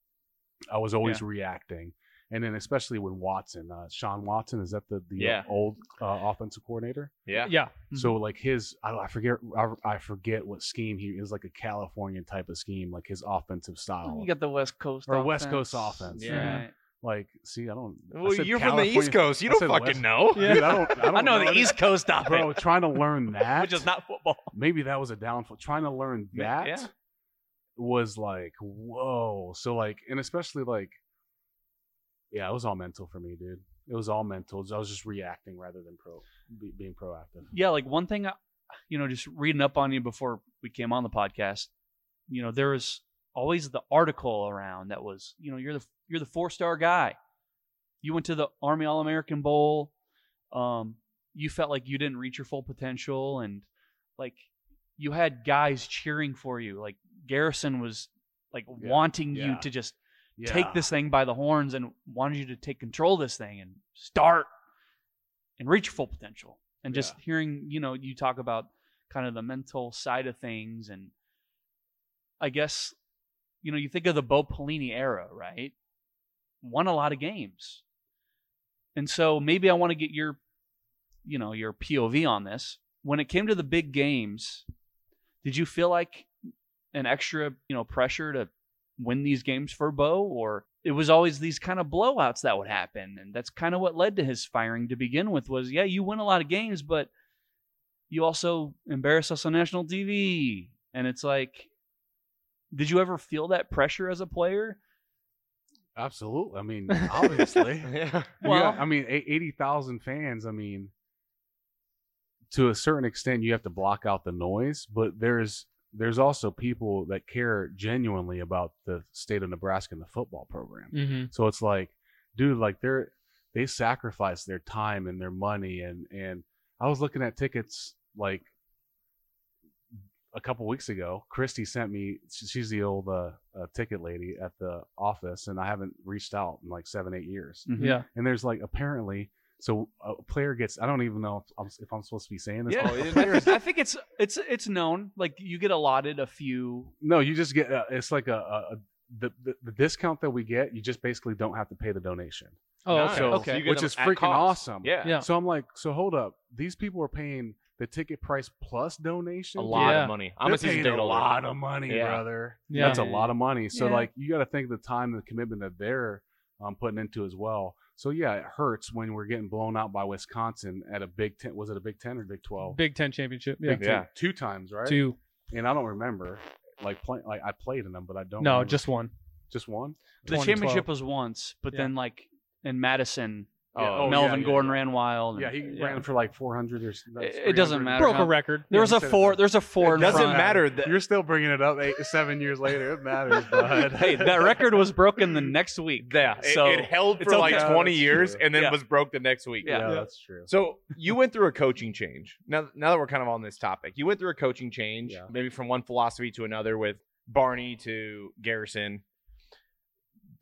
H: I was always reacting. And then, especially when Watson, uh, Sean Watson, is that the, the
G: Yeah.
H: old uh, offensive coordinator?
G: yeah
D: Yeah.
A: Mm-hmm.
H: So like his, I, I forget, I, I forget what scheme he is like a Californian type of scheme, like his offensive style,
A: You got the West Coast
H: Or West
A: offense.
H: Coast offense,
A: Yeah.
H: yeah. like see, I don't. I
G: well
H: said
G: you're from the east
H: California-
G: coast you
H: I
G: don't
H: said
G: fucking
H: West-
G: know
D: Yeah.
H: Dude, I don't. I, don't
A: I know the
H: it.
A: East Coast offense,
H: Bro, trying to learn that,
A: which is not football.
H: maybe that was a downfall. Trying to learn
A: Yeah.
H: that was like whoa. So like, and especially like, yeah, it was all mental for me, dude. It was all mental. I was just reacting rather than pro be, being proactive.
A: yeah, like one thing, I, you know, just reading up on you before we came on the podcast, you know, there was always the article around that was, you know, you're the you're the four star guy. You went to the Army All American Bowl. Um, you felt like you didn't reach your full potential, and like you had guys cheering for you. Like Garrison was like
H: Yeah,
A: wanting you
H: yeah.
A: to just
H: Yeah.
A: take this thing by the horns and wanted you to take control of this thing and start and reach your full potential. And just hearing, you know, you talk about kind of the mental side of things and I guess, you know, you think of the Bo Pelini era, right? Won a lot of games. And so maybe I want to get your you know, your POV on this. When it came to the big games, did you feel like an extra, you know, pressure to win these games for Bo, or it was always these kind of blowouts that would happen, and that's kind of what led to his firing to begin with. Was yeah, you win a lot of games, but you also embarrass us on national TV, and it's like, did you ever feel that pressure as a player?
H: Absolutely. I mean, obviously.
G: yeah
H: Well,
A: Well-
H: I mean, eight- 80,000 fans, I mean, to a certain extent you have to block out the noise, but there's there's also people that care genuinely about the state of Nebraska and the football program.
D: Mm-hmm.
H: So it's like, dude, like they're they sacrifice their time and their money and and I was looking at tickets like a couple weeks ago. Christy sent me she- she's the old uh, uh ticket lady at the office and I haven't reached out in like 7 8 years.
D: Yeah.
H: And there's like apparently so a player gets I don't even know if I'm, if I'm supposed to be saying this.
A: Yeah.
H: Oh,
A: I think- I think it's it's it's known. Like you get allotted a few.
H: No, you just get uh, it's like a, a, a the, the the discount that we get, you just basically don't have to pay the donation.
D: Oh,
G: Nice.
D: okay.
G: So
D: okay.
G: you get
H: Which
G: them
H: is
G: at
H: freaking
G: cost.
H: awesome.
G: yeah
D: Yeah.
H: So I'm like, so hold up. These people are paying the ticket price plus donation.
G: a lot
D: Yeah.
G: of money
H: They're
G: i'm a season
H: paying
G: ticket
H: a
G: holder.
H: lot of money,
G: Yeah.
H: brother.
D: Yeah.
H: That's a lot of money. So
D: Yeah.
H: like, you got to think of the time and the commitment that they're um, putting into as well. So yeah, it hurts when we're getting blown out by Wisconsin at a Big Ten. Was it a Big Ten or Big Twelve?
D: Big Ten championship. Yeah.
H: Big Ten. two times, right?
D: Two.
H: And I don't remember. Like play, like I played in them, but I don't.
D: No,
H: remember.
D: just one.
H: just one.
A: The
D: 2012.
A: championship was once, but then like in Madison, uh,
H: Yeah. Oh,
A: Melvin
H: yeah, yeah,
A: Gordon
H: yeah.
A: ran wild. and-
H: Yeah, he ran for like 400 or. s-
A: It- it doesn't
H: 300.
A: matter.
D: Broke
A: how-
D: a record.
A: There was a
H: instead of
A: four.
H: that.
A: There's a four.
G: It
A: in
G: doesn't
A: front.
G: matter that
H: You're still bringing it up eight, seven years later. It matters, bud.
A: Hey, that record was broken the next week.
G: yeah, it,
A: So,
G: it held
A: it's
G: for like
A: okay.
G: 20
H: Yeah, that's
G: years
H: true.
G: and then
A: Yeah.
G: was broke the next week.
A: Yeah.
H: yeah, that's true.
G: So you went through a coaching change. Now, now that we're kind of on this topic, you went through a coaching change,
H: Yeah.
G: maybe from one philosophy to another with Barney to Garrison.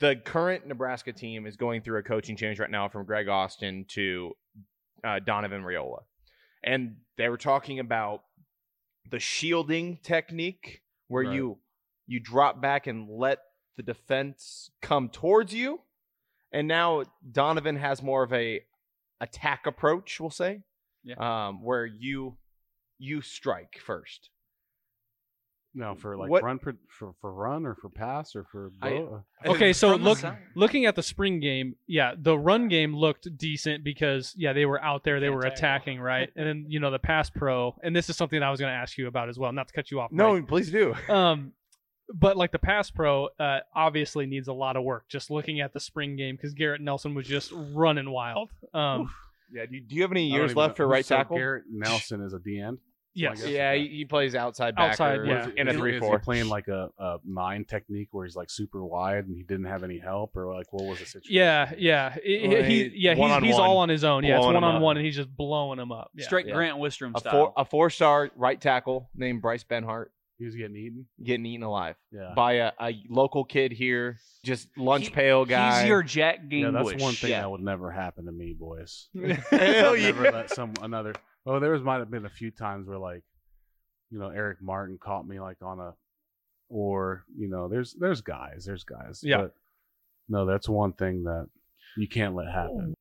G: The current Nebraska team is going through a coaching change right now from Greg Austin to uh, Donovan Riola, and they were talking about the shielding technique where
H: Right.
G: you you drop back and let the defense come towards you, and now Donovan has more of a attack approach, we'll say,
A: Yeah.
G: um, where you you strike first.
H: No, for like
G: What-
H: run per, for for run or for pass or for. Uh,
G: I-
H: blow-
D: Okay, so
A: From the
D: look,
A: side.
D: looking at the spring game, yeah, the run game looked decent because yeah, they were out there, they were
A: Can't tackle.
D: attacking, right? And then you know the pass pro, and this is something I was going to ask you about as well, not to cut you off. Mike.
G: please do.
D: um, but like the pass pro, uh, obviously needs a lot of work. Just looking at the spring game because Garrett Nelson was just running wild. Um,
G: Yeah. Do, do you have any
H: I don't
G: years
H: even
G: left
H: know.
G: for right
H: So
G: tackle?
H: Garrett Nelson is a DN.
D: yes,
H: guess.
G: yeah, he, he plays outside backer
D: Outside, yeah.
G: in a
H: Is-
G: three
H: is
G: four.
H: He playing like a, a nine technique where he's like super wide and he didn't have any help or like what was the situation?
D: yeah, yeah, He- he-
G: Like,
D: he, yeah, he's,
G: one-on-one.
D: he's all on his own. Yeah, it's
G: Blowing
D: one
G: 'em
D: on
G: up.
D: one, and he's just blowing them up. Yeah.
A: Straight
G: Yeah.
A: Grant Wistrom
G: a
A: style.
G: four a four star right tackle named Bryce Benhart
H: he was getting eaten.
G: getting eaten alive
H: Yeah,
G: by a, a local kid here, just lunch
A: He-
G: pail guy.
A: He's your Jack Gingrich.
H: oh, yeah, that's one thing
G: yeah.
H: that would never happen to me, boys.
G: Hell
H: I'll never
G: yeah.
H: let some another. Oh, there was might have been a few times where like, you know, Eric Martin caught me like on a, or you know, there's there's guys, there's guys.
D: Yeah.
H: But no, that's one thing that you can't let happen.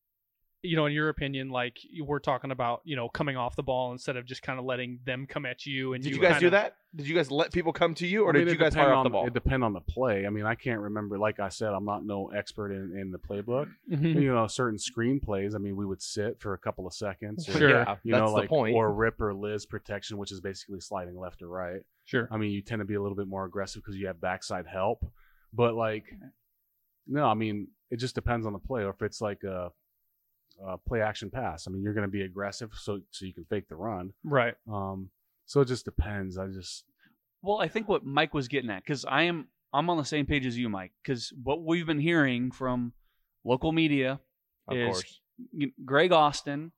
D: you know, in your opinion, like you we're talking about, you know, coming off the ball instead of just kind of letting them come at you. And
G: Did you guys
D: kind
G: do
D: of-
G: that? Did you guys let people come to you, or
H: I mean,
G: did
H: it
G: you guys
H: depend
G: fire off
H: on,
G: the ball?
H: It depend on the play. I mean, I can't remember. Like I said, I'm not no expert in in the playbook.
D: Mhm.
H: You know, certain screenplays. I mean, we would sit for a couple of seconds. or,
D: Sure.
G: Yeah,
H: You
G: that's
H: know,
G: the
H: like
G: point.
H: or rip or Liz protection, which is basically sliding left or right.
D: Sure.
H: I mean, you tend to be a little bit more aggressive because you have backside help. But like, no, I mean, it just depends on the play. Or if it's like a, a play action pass, I mean, you're going to be aggressive so so you can fake the run.
D: Right.
H: Um, so it just depends. I just
A: Well, I think what Mike was getting at, because I am I'm on the same page as you, Mike, because what we've been hearing from local media,
G: of
A: is-
G: course.
A: you- Greg Austin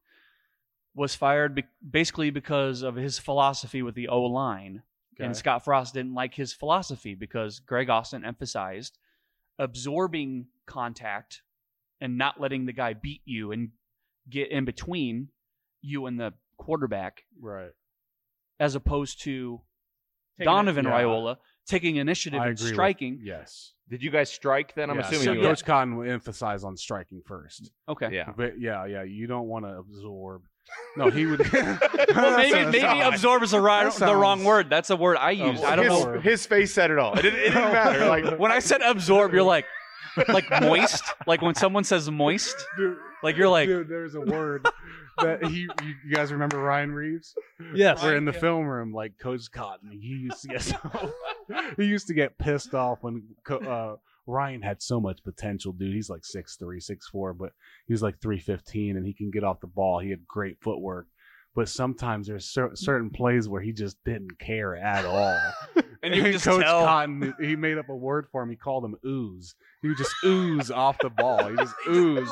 A: was fired be- basically because of his philosophy with the O line, and
H: Okay.
A: Scott Frost didn't like his philosophy because Greg Austin emphasized absorbing contact and not letting the guy beat you and get in between you and the quarterback,
H: right.
A: as opposed to
D: Taking it-
A: Donovan
H: yeah.
A: Raiola taking initiative
H: I
A: and
H: agree with-
A: striking.
H: Yes.
G: Did you guys strike? Then I'm
H: Yeah,
G: assuming
A: so
G: you
A: yeah.
H: Coach Cotton would emphasize on striking first.
A: Okay.
G: yeah.
H: But yeah, yeah, you don't want to absorb. No, he would.
A: Well,
H: That
A: maybe
H: sounds-
A: maybe absorb is the, right,
H: That
A: the wrong
H: sounds-
A: word. That's a word I used. I don't
G: his,
A: know.
H: know.
G: His face said it all. It didn't, it didn't matter. Like
A: when I said absorb, you're like, like moist. Like when someone says moist,
H: Dude,
A: like you're like,
H: dude, there's a word that he. You, you guys remember Ryan Reeves?
D: Yes.
H: We're in the film room, like Coach Cotton. He used to get so, he used to get pissed off when Co- uh, Ryan had so much potential, dude. He's like 6'3", 6'4", but he was like three fifteen, and he can get off the ball. He had great footwork, but sometimes there's cer- certain plays where he just didn't care at all.
A: and you can just
H: Coach
A: tell.
H: Cotton, he made up a word for him. He called him ooze. He would just ooze off the ball. He just ooze.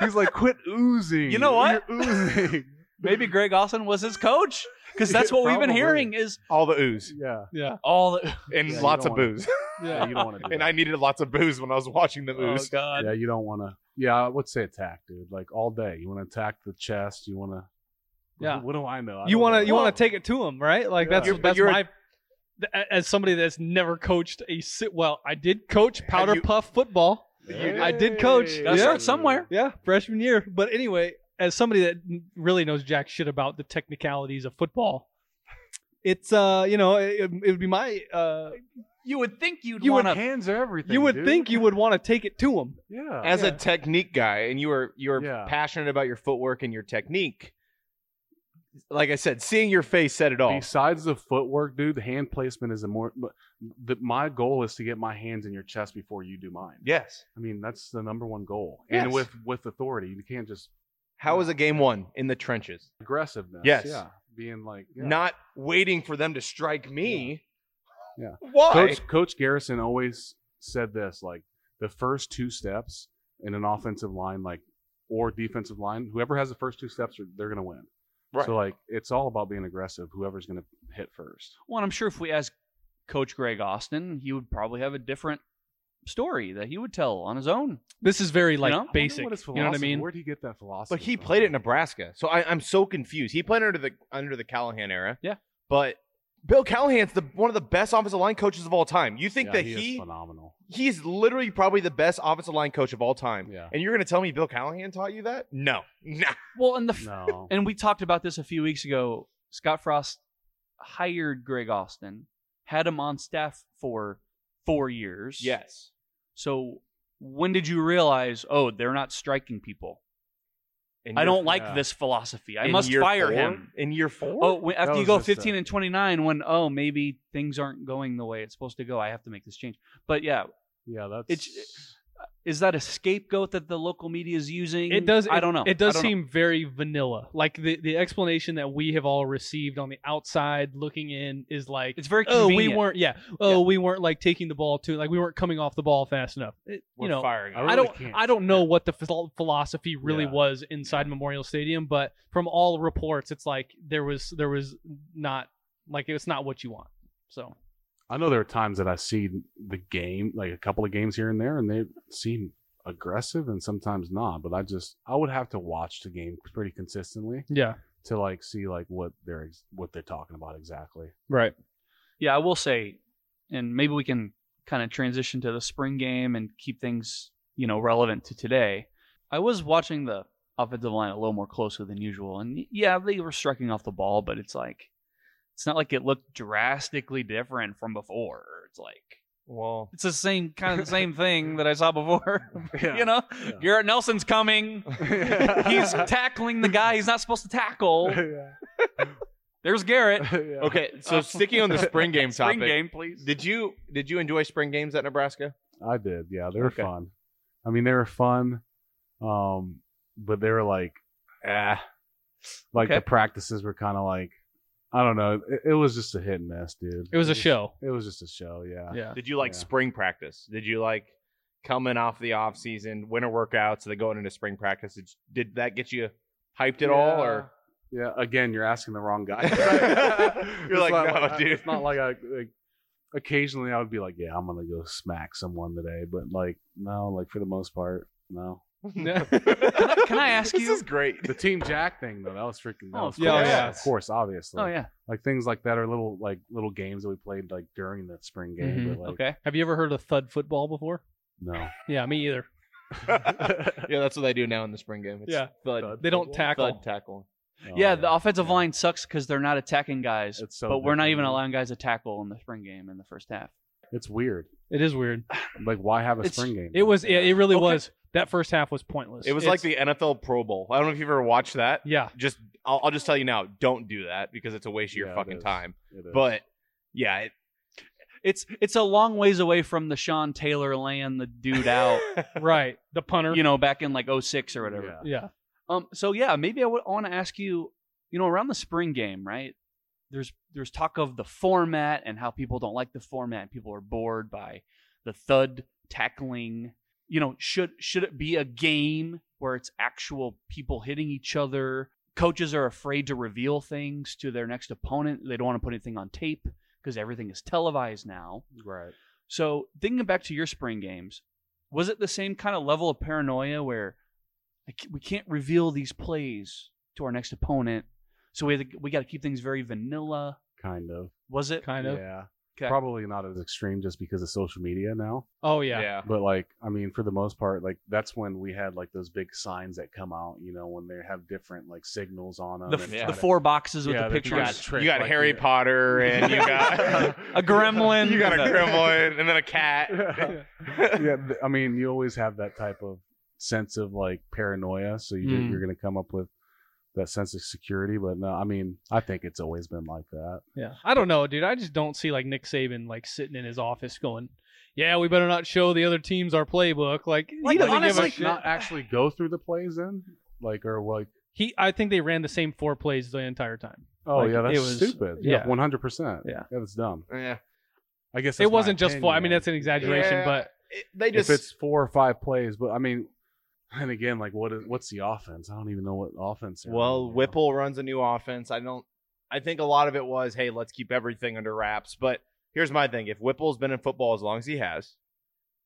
H: He's like, quit oozing.
A: You know what?
H: You're oozing.
A: Maybe Greg Austin was his coach because that's what we've been
H: Probably.
A: hearing is
G: all the ooze
H: Yeah.
D: Yeah.
A: all. The,
G: and
H: Yeah, you
G: lots
H: don't
G: of
H: wanna-
G: booze.
H: Yeah, you don't want to do
G: and
H: that.
G: I needed lots of booze when I was watching the
D: Oh,
G: ooze.
D: God.
H: yeah, you don't want to. Yeah, I would say attack, dude. Like all day. You want to attack the chest. You want to.
D: Yeah.
H: What do I know? I
D: You
H: don't
D: want
H: know.
D: to you want to take it to him, right? Like
H: Yeah.
D: that's
G: You're- but
D: that's
G: you're-
D: my th- as somebody that's never coached a sit. Well, I did coach powder
G: you-
D: puff football.
G: You-
D: I did coach.
H: Hey.
A: gotta
D: Yeah.
A: start somewhere.
D: Yeah, freshman year. But anyway, as somebody that n- really knows jack shit about the technicalities of football, it's uh, you know, it, it would be my uh
A: You would think you'd
D: You would
A: want to.
H: hands are everything.
D: you would
H: dude.
D: think you would want to take it to him.
H: Yeah.
G: As a
D: Yeah.
G: technique guy, and you were you were
H: Yeah.
G: passionate about your footwork and your technique. Like I said, seeing your face said it all.
H: Besides the footwork, dude, the hand placement is a more. The, my goal is to get my hands in your chest before you do mine.
G: Yes.
H: I mean that's the number one goal, and
G: Yes.
H: with with authority, you can't just
G: How was it game one in the trenches?
H: aggressiveness.
G: Yes.
H: Yeah. Being like yeah.
G: Not waiting for them to strike me.
H: Yeah.
G: Why?
H: Coach Coach Garrison always said this: like the first two steps in an offensive line, like or defensive line, whoever has the first two steps, are, they're gonna win.
G: Right.
H: So like it's all about being aggressive. Whoever's gonna hit first.
A: Well, I'm sure if we asked Coach Greg Austin, he would probably have a different story that he would tell on his own.
D: This is very like
A: know? I wonder
D: basic. you know what I mean?
H: Where'd he get that philosophy?
G: But he
H: from?
G: played at Nebraska, so I, I'm so confused. He played under the under the Callahan era.
A: Yeah.
G: but Bill Callahan's the one of the best offensive line coaches of all time. You think
H: Yeah,
G: that
H: he, is
G: he
H: phenomenal.
G: he's literally probably the best offensive line coach of all time.
H: Yeah.
G: And you're gonna tell me Bill Callahan taught you that? No, nah.
A: Well, and the f-
H: No.
A: and we talked about this a few weeks ago. Scott Frost hired Greg Austin, had him on staff for four years.
G: Yes,
A: So when did you realize? Oh, they're not striking people.
G: In
A: I
G: year-
A: don't like
H: yeah.
A: this philosophy. I
G: in
A: must
G: year
A: fire
G: four?
A: him.
G: in year four.
A: Oh, when, after you
H: was
A: go
H: just a-
A: 15 and 29, when oh maybe things aren't going the way it's supposed to go, I have to make this change. But yeah,
H: yeah, that's
A: it's- is that a scapegoat that the local media is using?
D: It does.
A: I
D: it-
A: don't know.
D: It does
A: I don't know.
D: seem very vanilla. Like the the explanation that we have all received on the outside looking in is like.
A: It's very
D: Oh,
A: convenient.
D: we weren't. Yeah. Oh, we weren't like taking the ball to like we weren't coming off the ball fast enough. It-
G: We're
D: you know,
G: firing.
H: I
G: him.
H: really
D: I don't.
H: can't.
D: I don't know what the phil- philosophy really
H: Yeah.
D: was inside Memorial Stadium, but from all reports, it's like there was there was not like it's not what you want. So
H: I know there are times that I see the game, like a couple of games here and there, and they seem aggressive and sometimes not. But I just I would have to watch the game pretty consistently
D: yeah,
H: to like see like what they're ex- what they're talking about exactly.
D: right.
A: Yeah, I will say, and maybe we can kind of transition to the spring game and keep things, you know, relevant to today. I was watching the offensive line a little more closely than usual, and yeah, they were striking off the ball, but it's like, it's not like it looked drastically different from before. It's like
G: Well,
A: it's the same kind of the same thing that I saw before. you know,
H: yeah.
A: Garrett Nelson's coming.
H: Oh,
A: He's tackling the guy he's not supposed to tackle. There's Garrett.
G: okay. So sticking on the spring game topic,
A: Spring game, please.
G: did you did you enjoy spring games at Nebraska?
H: I did. Yeah, they were
G: Okay.
H: fun. I mean, they were fun, um, but they were like, ah, like
A: Okay.
H: the practices were kind of like, I don't know. It, it was just a hit and miss, dude.
D: It was a show.
H: It was just a show. Yeah.
D: Yeah.
G: Did you like
H: Yeah.
G: spring practice? Did you like coming off the off season, winter workouts, then going into spring practice? Did, did that get you hyped at all, or
H: Yeah, again, you're asking the wrong guy.
G: You're
H: It's
G: like,
H: not
G: "No,
H: I-
G: dude."
H: It's not like I like. Occasionally, I would be like, "Yeah, I'm gonna go smack someone today," but like, no, like for the most part, no.
A: Can I- can I ask
G: this
A: you-
G: is great.
H: The Team Jack thing, though, that was freaking. That
A: Oh,
H: was
A: of
H: cool.
D: course.
H: of course, obviously.
A: Oh yeah.
H: Like things like that are little like little games that we played like during the spring game,
D: Mhm.
H: but like,
A: Mm-hmm. Okay.
D: Have you ever heard of thud football before?
H: no. Oh,
D: Yeah, me either.
G: yeah, that's what they do now in the spring game. It's
D: Yeah.
G: thud,
H: Thud.
D: They don't tackle.
G: thud tackle.
H: No,
A: yeah, the offensive
H: Yeah.
A: line sucks because they're not attacking guys,
H: It's so
A: but we're not
H: different.
A: even allowing guys to tackle in the spring game in the first half.
H: It's weird.
D: It is weird.
H: Like, why have a
A: It's-
H: spring game?
D: It was. Yeah, it really
A: Okay.
D: was. That first half was pointless.
G: It was
D: It's-
G: like the NFL Pro Bowl. I don't know if you've ever watched that.
D: Yeah.
G: Just, I'll, I'll just tell you now, don't do that because it's a waste of your
H: Yeah, it
G: fucking
H: is.
G: time.
H: It is.
G: But yeah, it,
A: It's it's a long ways away from the Sean Taylor laying the dude out,
D: Right. The punter.
A: you know, back in like 06 or whatever.
H: Yeah.
D: Yeah.
A: Um. So yeah, maybe I want to ask you, you know, around the spring game, right? There's there's talk of the format and how people don't like the format. People are bored by the thud tackling. You know, should should it be a game where it's actual people hitting each other? Coaches are afraid to reveal things to their next opponent. They don't want to put anything on tape because everything is televised now.
H: right.
A: So thinking back to your spring games, was it the same kind of level of paranoia where I ca- we can't reveal these plays to our next opponent, so we have to, we got to keep things very vanilla?
H: Kind of.
A: Was it?
D: Kind of.
H: Yeah.
G: Okay.
H: Probably not as extreme just because of social media now.
D: Oh
G: Yeah.
D: yeah.
H: But like, I mean, for the most part, like that's when we had like those big signs that come out, you know, when they have different like signals on them.
A: The,
H: and
A: f
G: Yeah.
A: the
H: try to-
A: four boxes with the
H: Yeah, they
G: You
H: try to
A: pictures.
G: got,
H: trick,
G: you got
H: like,
G: Harry
H: the-
G: Potter and you got
A: A gremlin.
G: You got a
A: and
G: gremlin and then a cat.
H: yeah, th- I mean, you always have that type of sense of like paranoia, so you,
D: Mm.
H: you're going to come up with that sense of security. But no, I mean, I think it's always been like that.
D: Yeah. I don't know, dude. I just don't see like Nick Saban like sitting in his office going, "Yeah, we better not show the other teams our playbook." Like,
A: Like,
D: he doesn't
A: honestly-
D: give a shit.
H: not actually go through the plays then, like or like.
D: He, I think they ran the same four plays the entire time.
H: Oh
D: Like,
H: yeah, that's
D: it was-
H: stupid.
D: yeah.
H: Yeah, one hundred percent.
D: Yeah.
H: that's dumb.
G: Yeah.
H: I guess that's
D: it
H: my
D: wasn't just four. I
H: opinion.
D: mean, that's an exaggeration,
G: Yeah.
D: but
G: It- they
H: if
G: just
H: it's four or five plays, but I mean, and again, like what is what's the offense? I don't even know what offense. they're running, you
G: Well,
H: know?
G: Whipple runs a new offense. I don't. I think a lot of it was, hey, let's keep everything under wraps. But here's my thing: if Whipple's been in football as long as he has,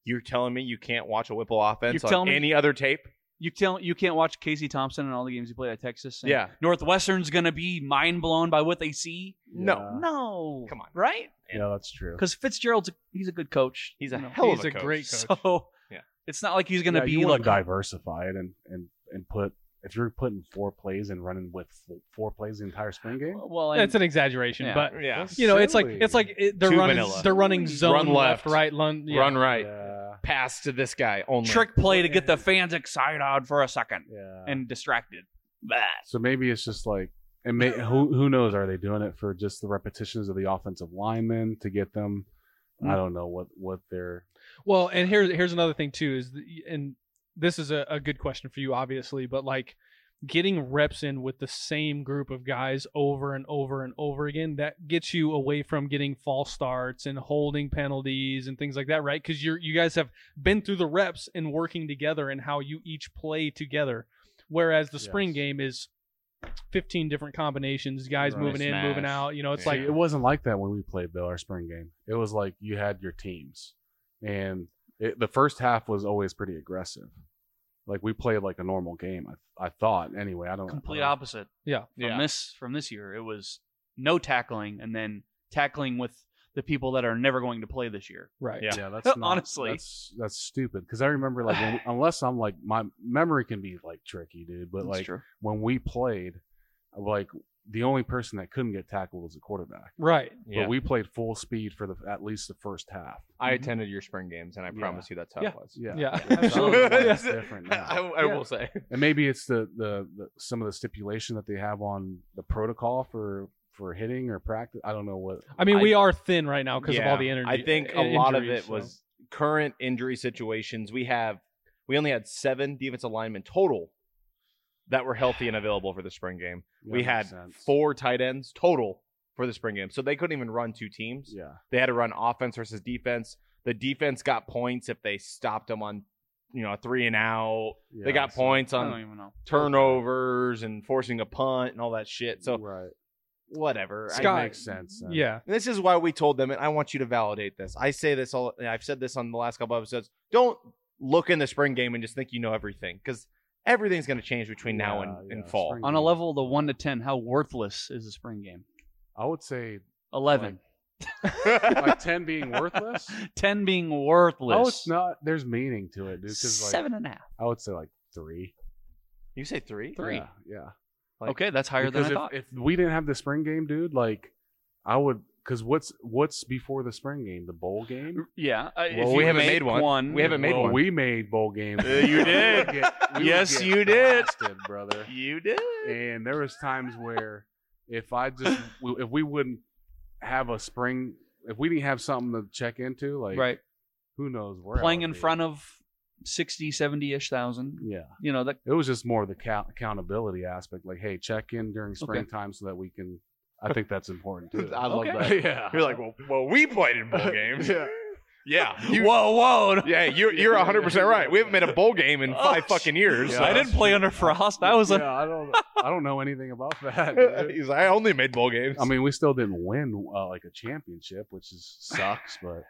G: you're telling me you can't watch a Whipple offense
A: You're
G: on
A: telling me-
G: any other tape?
A: You tell you can't watch Casey Thompson and all the games he played at Texas. and
G: Yeah.
A: Northwestern's gonna be mind blown by what they see.
G: No.
H: Yeah.
A: No.
G: Uh, Come on.
A: Right?
H: Yeah, that's true.
A: Because Fitzgerald's he's a good coach.
G: He's a
A: you know.
G: hell of
D: he's
G: a,
D: a
G: coach.
D: great coach.
A: So
G: Yeah.
A: it's not like he's gonna
H: Yeah,
A: be
H: you wanna
A: like
H: diversify it and and and put if you're putting four plays and running with f- four plays the entire spring game.
A: well and-
D: that's an exaggeration.
A: Yeah.
D: But
G: Yeah.
D: you know, it's like
H: Silly.
D: it's like it, they're
G: Too
D: running
G: vanilla.
D: they're running zone
G: Run
D: left,
G: left.
D: right, lun, yeah.
G: Run right,
H: Yeah,
G: pass to this guy only.
A: trick play to get the fans excited out for a second
H: yeah.
A: and distracted. Bah.
H: so maybe it's just like. And may, who who knows? Are they doing it for just the repetitions of the offensive linemen to get them? I don't know what what they're.
D: Well, and here's here's another thing too is, the, and this is a, a good question for you, obviously, but like getting reps in with the same group of guys over and over and over again that gets you away from getting false starts and holding penalties and things like that right because you're you guys have been through the reps and working together and how you each play together whereas the spring
H: Yes.
D: game is 15 different combinations guys
H: Right.
D: moving in moving
G: Smash.
D: out you know it's
G: Yeah.
D: like
H: it wasn't like that when we played though our spring game. It was like you had your teams, and it, the first half was always pretty aggressive. Like we played like a normal game. I I thought anyway. I don't
A: Complete
H: I don't-
A: opposite.
D: yeah
A: From
G: Uh-huh. Yeah.
A: this from this year, it was no tackling and then tackling with the people that are never going to play this year.
D: right
G: Yeah.
H: Yeah, that's not,
A: Honestly.
H: that's that's stupid. Because I remember like when, unless I'm like my memory can be like tricky, dude. But
A: That's
H: like
A: true.
H: when we played, like the only person that couldn't get tackled was the quarterback.
D: right
G: Yeah.
H: But we played full speed for the at least the first half.
G: I attended your spring games, and I
H: Yeah.
G: promise you that's how it was.
H: Yeah,
D: yeah,
H: So,
G: Absolutely.
H: it's different now.
G: I, I
D: Yeah.
G: will say.
H: and maybe it's the, the the some of the stipulation that they have on the protocol for for hitting or practice. I don't know what.
D: I mean,
G: I-
D: we are thin right now because of all
G: Yeah,
D: the energy.
G: I think a
D: i-
G: lot of
D: injuries,
G: it
D: so.
G: was current injury situations. We have we only had seven defensive linemen total that were healthy and available for the spring game. we
H: Yeah,
G: had
H: makes sense.
G: four tight ends total for the spring game, so they couldn't even run two teams.
H: Yeah,
G: They had to run offense versus defense. The defense got points if they stopped them on you know a three and out.
H: yeah
G: they got
H: so-
G: points
A: I don't
G: on
A: even know.
G: turnovers and forcing a punt and all that shit. So
H: right,
G: whatever. I-
D: Scott,
H: it makes sense. then.
D: Yeah,
G: and this is why we told them, and I want you to validate this. I say this all, and I've said this on the last couple episodes. Don't look in the spring game and just think you know everything, because everything's going to change between now
H: Yeah,
G: and,
H: yeah,
G: and fall.
H: spring-
A: On a level of the one to ten, how worthless is the spring game?
H: I would say
A: Eleven.
H: like ten being worthless.
A: ten being worthless.
H: Oh, it's not. There's meaning to it, dude. Because like
A: Seven and a half.
H: I would say like three.
G: you say three?
A: Three.
H: Yeah. yeah. Like,
A: okay, that's higher
H: because
A: than I
H: if,
A: thought.
H: if we didn't have the spring game, dude, like I would. Because what's what's before the spring game? The bowl game.
A: yeah. uh, if
G: Well,
A: you
G: we haven't
A: make
G: made one. We haven't made
H: Well,
G: one.
H: We made bowl games.
G: Uh, you did.
H: We would get- we would
G: Yes,
H: get
G: you did.
H: blasted, brother.
G: You did.
H: And there was times where if I just if we wouldn't have a spring, if we didn't have something to check into, like
A: right.
H: who knows where I
A: Playing
H: would
A: in
H: be.
A: front of 60, 70 ish thousand.
H: Yeah.
A: You know, that
H: it was just more of the count- accountability aspect. Like, hey, check in during springtime so that we can. I think that's important too.
G: I love
A: Okay.
G: that.
H: yeah.
G: You're like, well, well, we played in bowl games.
H: Yeah.
G: yeah.
A: whoa, whoa.
G: Yeah, you're you're 100 percent right. We haven't made a bowl game in
A: Oh,
G: five fucking years.
H: Yeah.
A: I didn't play under Frost. I was like,
H: yeah, I don't. I don't know anything about that. dude.
G: He's like, I only made bowl games.
H: I mean, we still didn't win uh, like a championship, which is sucks. But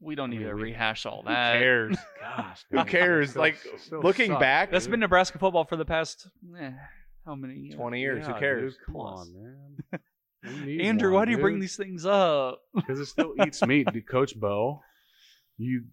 A: we don't need
H: I mean,
A: to
H: we-
A: rehash all
G: who
A: that.
G: cares?
H: gosh,
G: Who
H: dude,
G: cares?
H: it still-
G: Like,
H: it still
G: looking
H: sucks,
G: back-
A: That's
H: dude.
A: been Nebraska football for the past eh, how many years?
G: 20 years.
H: Yeah,
G: who cares?
H: dude, come
A: Plus.
H: on, man.
A: Andrew, why do you bring these things up?
H: Because it still eats meat. Dude, Coach Bo, you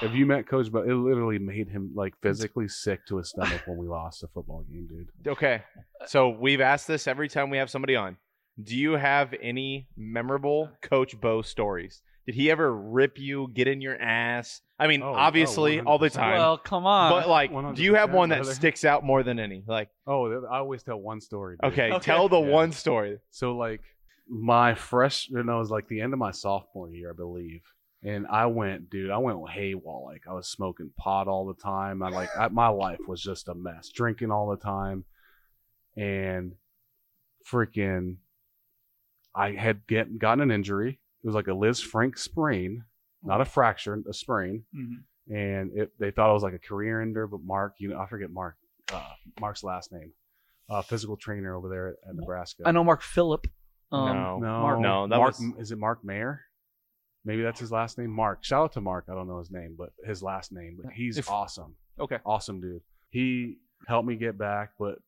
H: have you met Coach Bo? It literally made him like physically sick to his stomach when we lost a football game, dude.
G: Okay. So we've asked this every time we have somebody on. Do you have any memorable Coach Bo stories? Did he ever rip you, get in your ass? I mean,
H: Oh, oh,
G: obviously, all the time.
A: Well, come on.
G: but like, do you have
H: 100%,
G: one that
H: brother.
G: sticks out more than any? Like,
H: Oh, I always tell one story. dude.
G: okay,
A: Okay.
G: tell the
H: Yeah.
G: one story.
H: So like my fresh, no, it was like the end of my sophomore year, I believe. And I went, dude, I went haywire. Like I was smoking pot all the time. I like I, my life was just a mess, drinking all the time, and freaking, I had get gotten an injury. It was like a Liz Frank sprain, not a fracture, a sprain.
A: Mhm.
H: And it, they thought it was like a career ender, but Mark, you know, I forget Mark, uh, Mark's last name, uh, physical trainer over there at Nebraska.
A: I know Mark Phillip.
G: no,
H: No,
A: Mark-
G: no, that
H: Mark
G: was-
H: is it Mark Mayer? Maybe that's his last name. Mark. Shout out to Mark. I don't know his name, but his last name. But he's
A: If-
H: awesome.
G: Okay.
H: Awesome dude. He helped me get back, but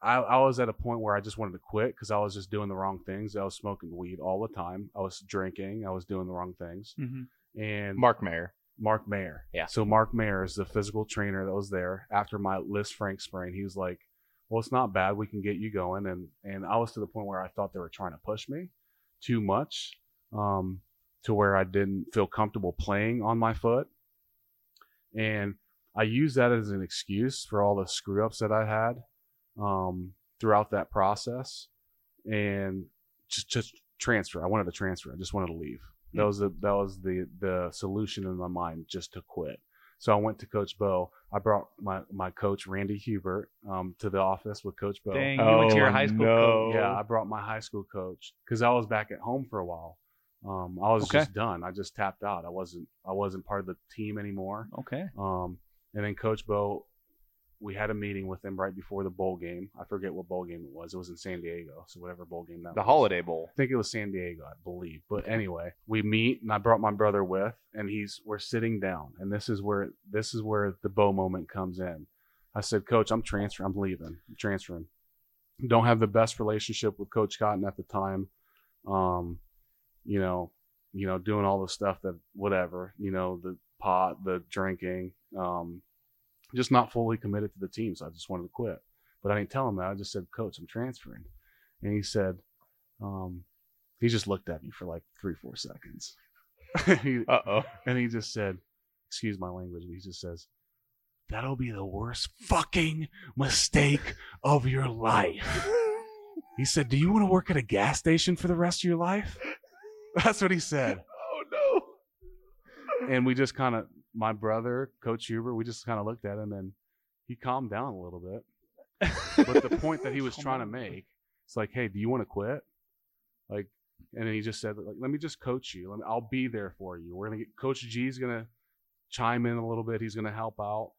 H: I, I was at a point where I just wanted to quit because I was just doing the wrong things. I was smoking weed all the time. I was drinking. I was doing the wrong things.
A: Mhm.
H: And
G: Mark Mayer.
H: Mark Mayer.
G: Yeah.
H: So Mark Mayer is the physical trainer that was there after my list Frank sprain. He was like, "Well, it's not bad. We can get you going." And and I was to the point where I thought they were trying to push me too much, um, to where I didn't feel comfortable playing on my foot. And I used that as an excuse for all the screw ups that I had um, throughout that process, and just just transfer. I wanted to transfer. I just wanted to leave. That was the that was the the solution in my mind just to quit. So I went to Coach Bo. I brought my my coach Randy Hubert um, to the office with Coach Bo.
A: Dang, you went to your high school
G: Oh, no.
H: Yeah, I brought my high school coach because I was back at home for a while. Um, I was
A: Okay.
H: just done. I just tapped out. I wasn't I wasn't part of the team anymore.
A: Okay.
H: Um, and then Coach Bo, we had a meeting with him right before the bowl game. I forget what bowl game it was. It was in San Diego, so whatever bowl game that
G: The
H: was.
G: Holiday Bowl.
H: I think it was San Diego, I believe. But anyway, we meet and I brought my brother with and he's we're sitting down and this is where this is where the bow moment comes in. I said, "Coach, I'm transferring. I'm leaving. I'm transferring." Don't have the best relationship with Coach Cotton at the time. Um, you know, you know, doing all the stuff that whatever, you know, the pot, the drinking, um, just not fully committed to the team. So I just wanted to quit. But I didn't tell him that. I just said, Coach, I'm transferring. And he said, um, he just looked at me for like three, four seconds. He-
G: Uh oh.
H: and he just said, excuse my language, but he just says, that'll be the worst fucking mistake of your life. He said, do you want to work at a gas station for the rest of your life? That's what he said
G: Oh no.
H: and we just kind of my brother coach huber we just kind of looked at him and he calmed down a little bit but the point that he was trying to make it's like hey do you want to quit like and then he just said like let me just coach you let me, i'll be there for you we're gonna get coach g's gonna chime in a little bit he's gonna help out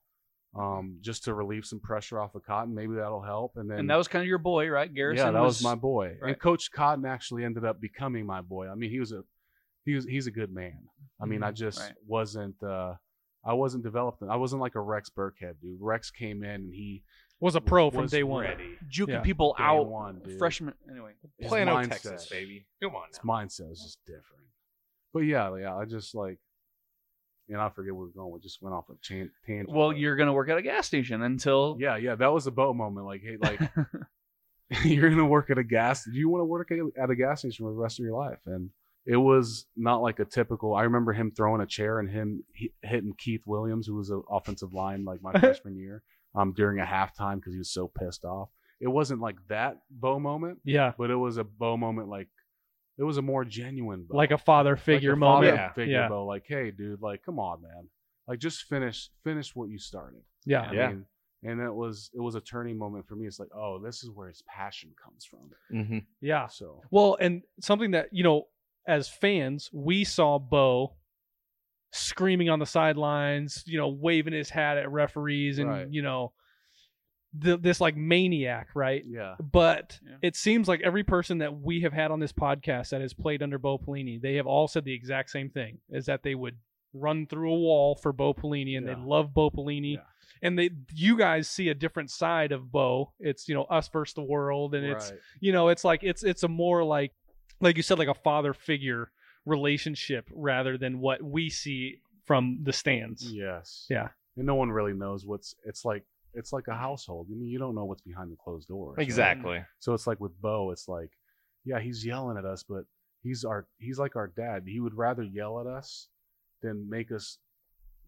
H: um, just to relieve some pressure off of cotton maybe that'll help and then
A: And that was kind of your boy, right? Garrison.
H: yeah, that was, my boy.
A: right.
H: And Coach Cotton actually ended up becoming my boy. I mean, he was a he was he's a good man. I mean, I just
A: right.
H: wasn't uh I wasn't developed. I wasn't like a Rex Burkhead, dude. Rex came in and he
D: Was a pro from
H: was
D: day one.
H: ready.
A: juking
D: Yeah.
A: people
H: Day
A: out.
H: one, dude.
A: freshman. Anyway.
H: His
G: Plano,
H: mindset-
G: Texas, baby. Come on.
H: His
G: Now.
H: mindset was just different. But yeah, yeah, I just like and I forget where we're going. We just went off a chan- tangent.
A: Well,
H: but-
A: you're gonna work at a gas station until.
H: yeah, yeah, that was a boat moment. Like, hey, like you're gonna work at a gas. Do you want to work at a gas station for the rest of your life? And it was not like a typical. I remember him throwing a chair and him he, hitting Keith Williams, who was an offensive line like my freshman year, um, during a halftime because he was so pissed off. It wasn't like that bow moment,
D: Yeah.
H: but it was a bow moment like it was a more genuine, bow.
D: Like a father figure moment.
H: father figure
D: Yeah.
H: bow. Like, hey, dude, like, come on, man, like just finish finish what you started.
D: Yeah.
H: I
G: Yeah.
H: mean, and it was it was a turning moment for me. It's like, oh, this is where his passion comes from.
G: Mm-hmm.
D: Yeah.
H: So
D: Well, and something that, you know, as fans, we saw Bo screaming on the sidelines, you know, waving his hat at referees and,
H: Right.
D: you know, th- this like maniac, right?
H: yeah,
D: But
A: Yeah.
D: it seems like every person that we have had on this podcast that has played under Bo Pelini, they have all said the exact same thing is that they would run through a wall for Bo Pelini, and they
H: Yeah.
D: love Bo Pelini.
H: Yeah.
D: And they, you guys see a different side of Bo. It's you know us versus the world, and it's
H: Right.
D: you know it's like it's it's a more like like you said like a father figure relationship rather than what we see from the stands.
H: Yes.
D: Yeah.
H: And no one really knows what's it's like it's like a household. I mean, you don't know what's behind the closed doors. right?
G: Exactly.
H: So it's like with Bo, it's like, yeah, he's yelling at us, but he's our he's like our dad. He would rather yell at us than make us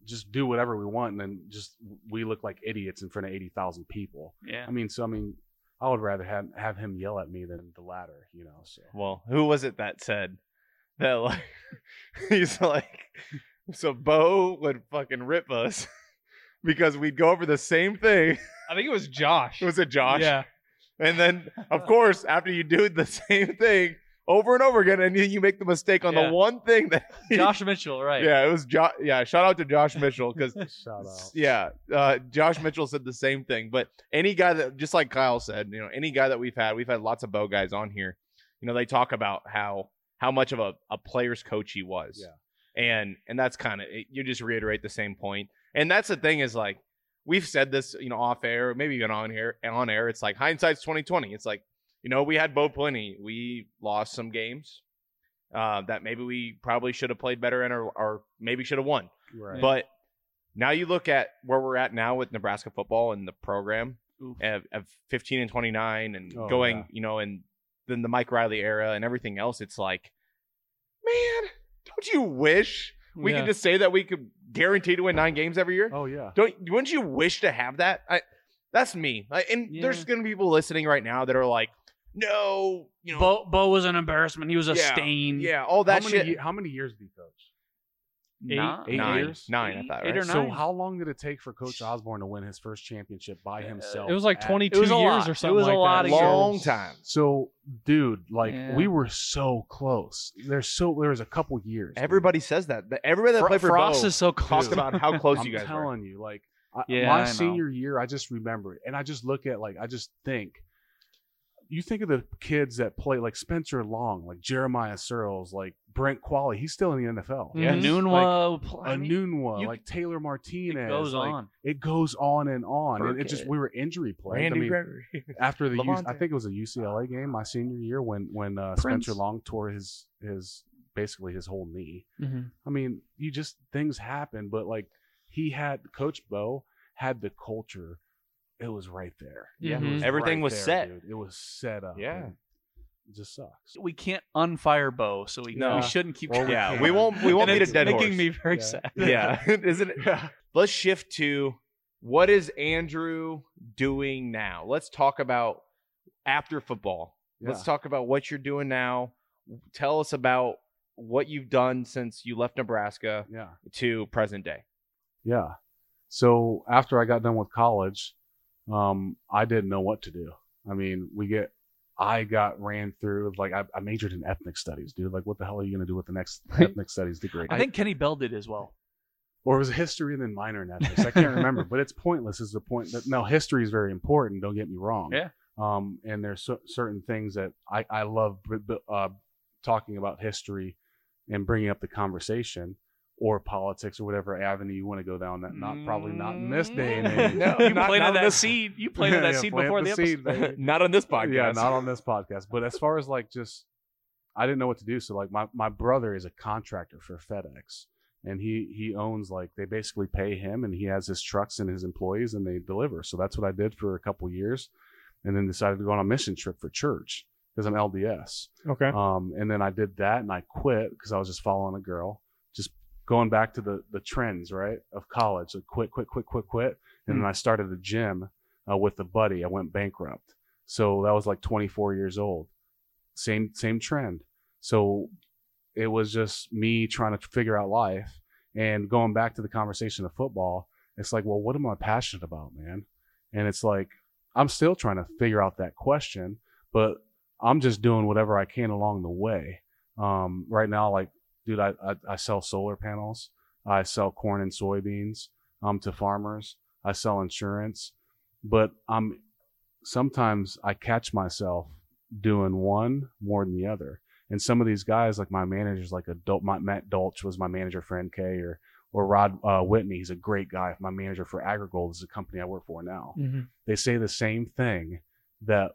H: just do whatever we want and then just we look like idiots in front of eighty thousand people.
A: Yeah.
H: I mean, so I mean I would rather have have him yell at me than the latter, you know. So
G: Well, who was it that said that like he's like so Bo would fucking rip us because we'd go over the same thing.
D: I think it was Josh.
G: Was it Josh?
D: Yeah.
G: And then of course after you do the same thing over and over again and then you make the mistake on
A: Yeah.
G: the one thing that
A: Josh Mitchell, right?
G: Yeah, it was Josh. Yeah, shout out to Josh Mitchell because
H: shout out.
G: yeah, uh, Josh Mitchell said the same thing. But any guy that, just like Kyle said, you know, any guy that we've had, we've had lots of bow guys on here. You know, they talk about how how much of a, a player's coach he was.
H: Yeah.
G: And and that's kind of you just reiterate the same point. And that's the thing is like we've said this, you know, off air, maybe even on air. On air, it's like hindsight's twenty twenty. It's like you know we had Bo Plenty, we lost some games. Uh, that maybe we probably should have played better in or, or maybe should have won.
H: Right.
G: But now you look at where we're at now with Nebraska football and the program
A: Oof.
G: of, of 15 and 29 and
H: Oh,
G: going,
H: yeah.
G: you know, and then the Mike Riley era and everything else. It's like, man, don't you wish we
D: Yeah.
G: could just say that we could guarantee to win nine games every year?
H: oh yeah.
G: Don't wouldn't you wish to have that? I, that's me. I, and there's
A: Yeah.
G: gonna be people listening right now that are like, no, you know,
A: Bo, Bo was an embarrassment. He was a
G: Yeah,
A: stain.
G: yeah, all that
H: how many,
G: shit.
H: ye- how many years did he coach?
A: Nah.
H: eight
G: nine,
H: years?
G: nine, I
A: Eight-
G: thought,
A: eight
G: right?
A: or
H: So
A: nine.
H: how long did it take for Coach Osborne to win his first championship by himself?
D: It was like
H: at-
D: 22
A: It was
D: years
A: a lot.
D: or
A: It
D: something.
A: was a
D: like that.
A: lot of years.
G: Long time.
H: So, dude, like
A: Yeah.
H: we were so close. There's so there was a couple years. dude.
G: Everybody says that. The- Everybody that
A: Fro-
G: played for
A: Frost
G: Bo
A: is so
G: talks
A: close.
G: about how close
H: I'm
G: you guys were.
H: telling you, like I,
A: Yeah, I
H: my
A: know.
H: senior year, I just remember it, and I just look at like I just think. You think of the kids that play like Spencer Long, like Jeremiah Searles, like Brent Qualley. He's still in the NFL.
D: Yeah.
A: A noon
H: Like,
A: pl- I
H: A
A: mean,
H: Anunwa,
A: you-
H: like Taylor Martinez.
A: it goes
H: like,
A: on.
H: It goes on and on. And it just
A: Burkett.
H: we were injury players. I mean,
G: Gregory.
H: after the U- I
G: Levante.
H: think it was a UCLA game my senior year when when uh,
A: Prince.
H: Spencer Long tore his his basically his whole knee.
A: Mhm.
D: Mm-hmm.
H: I mean, you just things happen, but like he had Coach Bo had the culture. It was right there.
D: Yeah.
H: It was
G: Everything
H: right
G: was
H: there,
G: set.
H: dude. It was set up.
G: Yeah.
H: and It just sucks.
A: We can't unfire Bo, so we,
G: No.
A: we shouldn't keep.
H: Or we
G: Yeah,
H: can't.
G: we won't. We won't
A: And
G: beat a
A: it's
G: dead
A: making
G: horse.
A: me very
H: Yeah.
A: sad.
G: yeah, isn't it? Let's shift to what is Andrew doing now. Let's talk about after football. Let's
H: Yeah.
G: talk about what you're doing now. Tell us about what you've done since you left Nebraska
H: Yeah.
G: to present day.
H: Yeah. So after I got done with college, um, I didn't know what to do. I mean, we get, I got ran through like I, I majored in ethnic studies, dude. Like, what the hell are you gonna do with the next ethnic studies degree?
A: I think Kenny Bell did as well.
H: or it was history and then minor in ethics. I can't remember, but it's pointless. Is the point that no history is very important. Don't get me wrong.
A: Yeah.
H: Um, and there's cer- certain things that I I love b- b- uh, talking about history and bringing up the conversation or politics or whatever avenue you want to go down. That not probably not in this day and age.
G: No,
A: Mm. you
G: not-
A: planted
G: not
A: that
G: this-
A: seed. You planted that
H: Yeah,
A: seed
H: plant
A: before the, episode.
H: seed, baby.
G: not on this podcast.
H: Yeah, not on this podcast. But as far as like just, I didn't know what to do. So like my my brother is a contractor for FedEx, and he he owns like they basically pay him, and he has his trucks and his employees, and they deliver. So that's what I did for a couple years, and then decided to go on a mission trip for church because I'm LDS.
D: Okay.
H: Um, and then I did that, and I quit because I was just following a girl, just going back to the the trends right of college. Like quit, quit, quit, quit, quit, and then I started a gym uh, with a buddy. I went bankrupt. So that was like 24 years old. Same same trend. So it was just me trying to figure out life and going back to the conversation of football. It's like, well, what am I passionate about, man? And it's like I'm still trying to figure out that question, but I'm just doing whatever I can along the way. Um, right now, like, dude, I, I, I sell solar panels. I sell corn and soybeans um, to farmers. I sell insurance, but I'm sometimes I catch myself doing one more than the other. And some of these guys, like my managers, like adult, my, Matt Dolch was my manager for NK or or Rod uh, Whitney. He's a great guy. My manager for Agrigold is the company I work for now
D: Mm-hmm.
H: they say the same thing that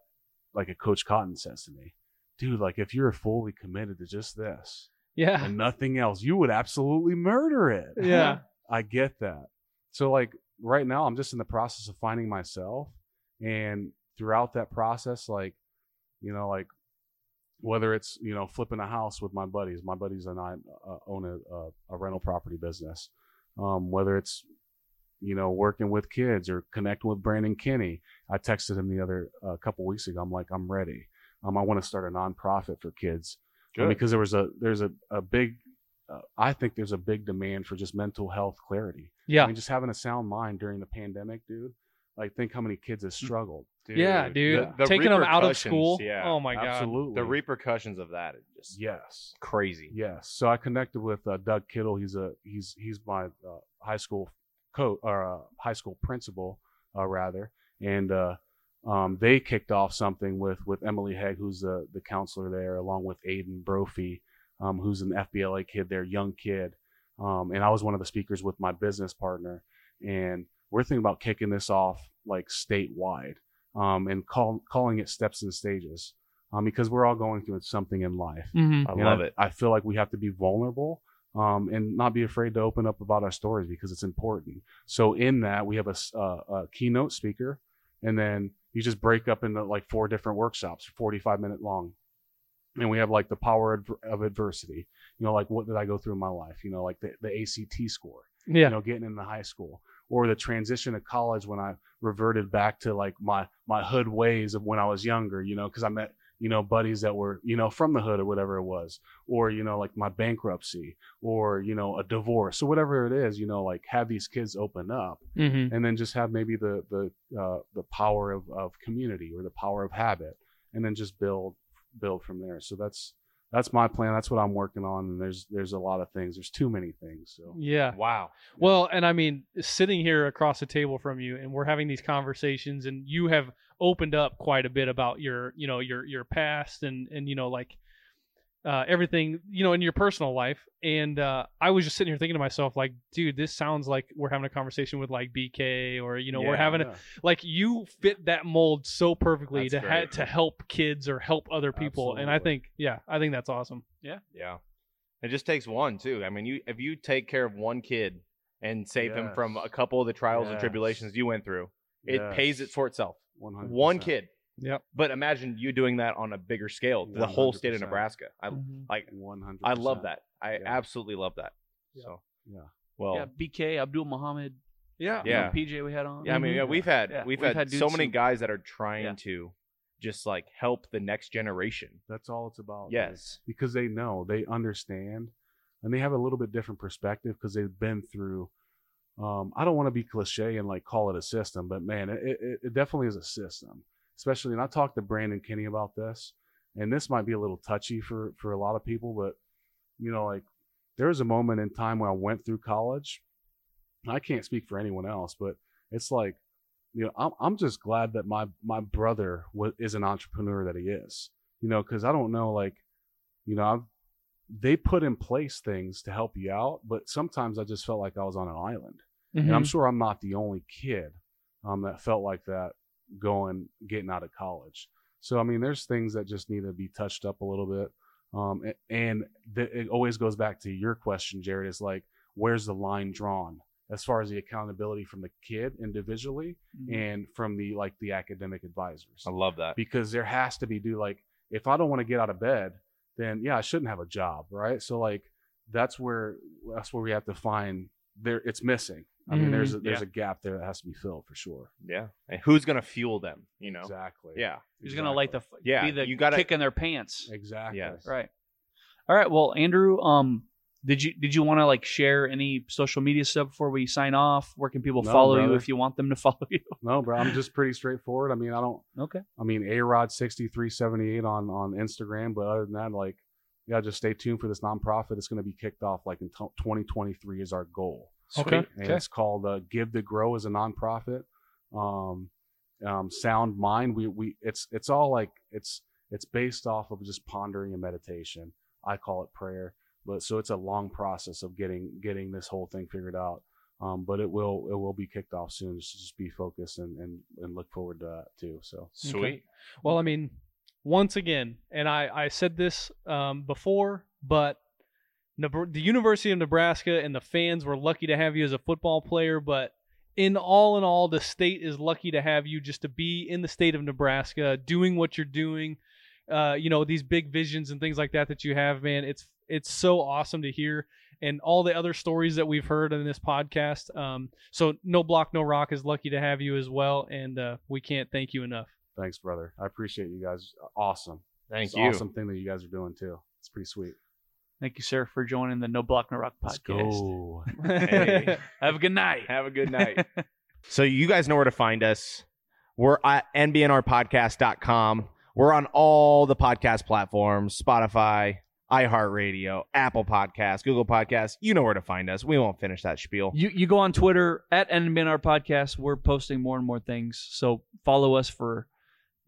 H: like a coach cotton says to me dude like if you're fully committed to just this
D: Yeah.
H: and nothing else you would absolutely murder it
D: Yeah.
H: i get that so like right now i'm just in the process of finding myself and throughout that process like you know like whether it's you know flipping a house with my buddies my buddies and i uh, own a, a, a rental property business um, whether it's you know working with kids or connecting with brandon kinney i texted him the other a couple weeks ago i'm like i'm ready um, i want to start a nonprofit for kids
G: Good.
H: because there was a there's a, a big uh, i think there's a big demand for just mental health clarity i
D: Yeah.
H: mean just having a sound mind during the pandemic dude like think how many kids have struggled
D: Mm. yeah, dude.
G: the- the
D: Taking them out of
G: repercussions,
D: school.
G: yeah,
D: oh my god.
H: absolutely
G: The repercussions of that is just
H: yes
G: crazy.
H: Yes. So I connected with uh, Doug Kittle. He's a he's he's my uh, high school coach or uh, high school principal uh, rather, and uh, um, they kicked off something with with Emily Hegg, who's the the counselor there, along with Aiden Brophy, um, who's an FBLA kid there, young kid, um, and I was one of the speakers with my business partner, and we're thinking about kicking this off like statewide, um, and call, calling it steps and stages. Um, because we're all going through something in life,
D: Mhm.
G: I
H: and
G: love it.
H: I feel like we have to be vulnerable um, and not be afraid to open up about our stories because it's important. So in that, we have a, s- uh, a keynote speaker, and then you just break up into like four different workshops, 45 minute long. And we have like the power of, of adversity, you know, like what did I go through in my life? You know, like the, the ACT score,
D: Yeah.
H: you know, getting into high school or the transition to college when I reverted back to like my, my hood ways of when I was younger, you know, cause I met, you know, buddies that were, you know, from the hood or whatever it was, or, you know, like my bankruptcy or, you know, a divorce or whatever it is, you know, like have these kids open up
D: Mhm.
H: and then just have maybe the the uh, the power of, of community or the power of habit and then just build build from there so that's that's my plan that's what i'm working on and there's there's a lot of things there's too many things so
D: Yeah.
G: Wow.
D: Well, and I mean, sitting here across the table from you, and we're having these conversations, and you have opened up quite a bit about your, you know, your your past, and and you know, like uh, everything, you know, in your personal life. And uh, I was just sitting here thinking to myself, like, dude, this sounds like we're having a conversation with like BK, or you know, we're
G: Yeah,
D: having a
H: yeah.
D: like you fit that mold so perfectly
G: That's
D: to ha-
G: great.
D: to help kids or help other people, and I
H: Absolutely.
D: think, yeah, I think that's awesome. Yeah.
G: Yeah. It just takes one too. I mean, you if you take care of one kid and save him from
H: Yes.
G: a couple of the trials and
H: Yes.
G: tribulations you went through, it
H: Yes.
G: pays it for itself.
H: 100%.
G: One kid.
D: Yep.
G: But imagine you doing that on a bigger scale, the whole state of
H: 100%.
G: Nebraska. I
H: 100
G: I love that. I
H: Yeah.
G: absolutely love that. So
H: Yeah.
G: Well,
A: Yeah,
G: yeah,
A: BK, Abdul Muhammad,
D: Yeah.
G: Yeah.
A: PJ we had on.
G: I mean, yeah, we've had
A: Mm-hmm. Yeah,
G: we've,
A: we've
G: had,
A: had
G: so
A: dudes
G: many
A: who-
G: guys that are trying
A: Yeah.
G: to just like help the next generation.
H: that's all it's about man.
G: Yes.
H: because they know they understand and they have a little bit different perspective because they've been through um, i don't want to be cliche and like call it a system but man it, it, it definitely is a system especially and i talked to brandon kinney about this and this might be a little touchy for for a lot of people but you know like there was a moment in time when i went through college and i can't speak for anyone else but it's like you know i'm, I'm just glad that my my brother was, is an entrepreneur that he is you know because i don't know like you know I've, they put in place things to help you out but sometimes i just felt like i was on an island and i'm sure i'm not the only kid um, that felt like that going getting out of college so i mean there's things that just need to be touched up a little bit um, a- and the, it always goes back to your question jared is like where's the line drawn as far as the accountability from the kid individually
A: Mm-hmm.
H: and from the like the academic advisors
G: I love that.
H: because there has to be do like if I don't want to get out of bed, then yeah, I shouldn't have a job, right? So like that's where that's where we have to find there it's missing. I mean, there's a,
A: Mm-hmm.
G: Mhm,
H: there's
G: yeah.
H: a gap there that has to be filled for sure.
G: Yeah. And who's going to fuel them, you know?
H: Exactly.
G: Yeah.
A: Who's gonna light the f-
G: Yeah,
A: be the
G: you gotta-
A: kick in their pants.
H: Exactly.
G: Yes.
A: Right. All right. Well, Andrew, um, did you did you want to like share any social media stuff before we sign off? Where can people
H: No,
A: follow you
H: brother.
A: if you want them to follow you?
H: No, bro, I'm just pretty straightforward. I mean, I don't
A: Okay.
H: I mean, Arod sixty three seventy eight on on Instagram, but other than that, like, yeah, just stay tuned for this nonprofit. It's going to be kicked off like in t- 2023 is our goal.
D: Okay.
H: and it's called uh, Give to Grow as a nonprofit. Um, um, Sound Mind. We we it's it's all like it's It's based off of just pondering and meditation. I call it prayer, but so it's a long process of getting getting this whole thing figured out. Um, but it will it will be kicked off soon. Just, just be focused and, and and look forward to that too. So
G: Sweet.
D: Well, I mean, once again, and I, I said this um, before, but Nebr- the University of Nebraska and the fans were lucky to have you as a football player, but in all in all, the state is lucky to have you just to be in the state of Nebraska doing what you're doing. Uh, you know these big visions and things like that that you have, man. It's it's so awesome to hear, and all the other stories that we've heard in this podcast. Um, so no block, no rock is lucky to have you as well, and uh, we can't thank you enough.
H: thanks, brother. I appreciate you guys. Awesome.
G: Thank
H: it's
G: you.
H: Awesome thing that you guys are doing too. It's pretty sweet.
A: Thank you, sir, for joining the No Block No Rock podcast.
H: Let's go.
G: Hey.
A: Have a good night.
G: Have a good night. so you guys know where to find us. We're at nbnrpodcast.com. We're on all the podcast platforms, Spotify, iHeartRadio, Apple Podcasts, Google Podcasts. You know where to find us. We won't finish that spiel.
A: You you go on Twitter at NBNR Podcast. We're posting more and more things. So follow us for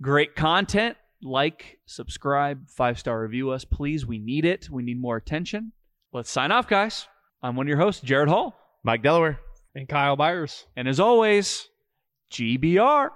A: great content. Like, subscribe, five star review us, please. We need it. We need more attention. Let's sign off, guys. I'm one of your hosts, Jared Hall.
G: Mike Delaware.
D: and Kyle Byers.
A: And as always, GBR.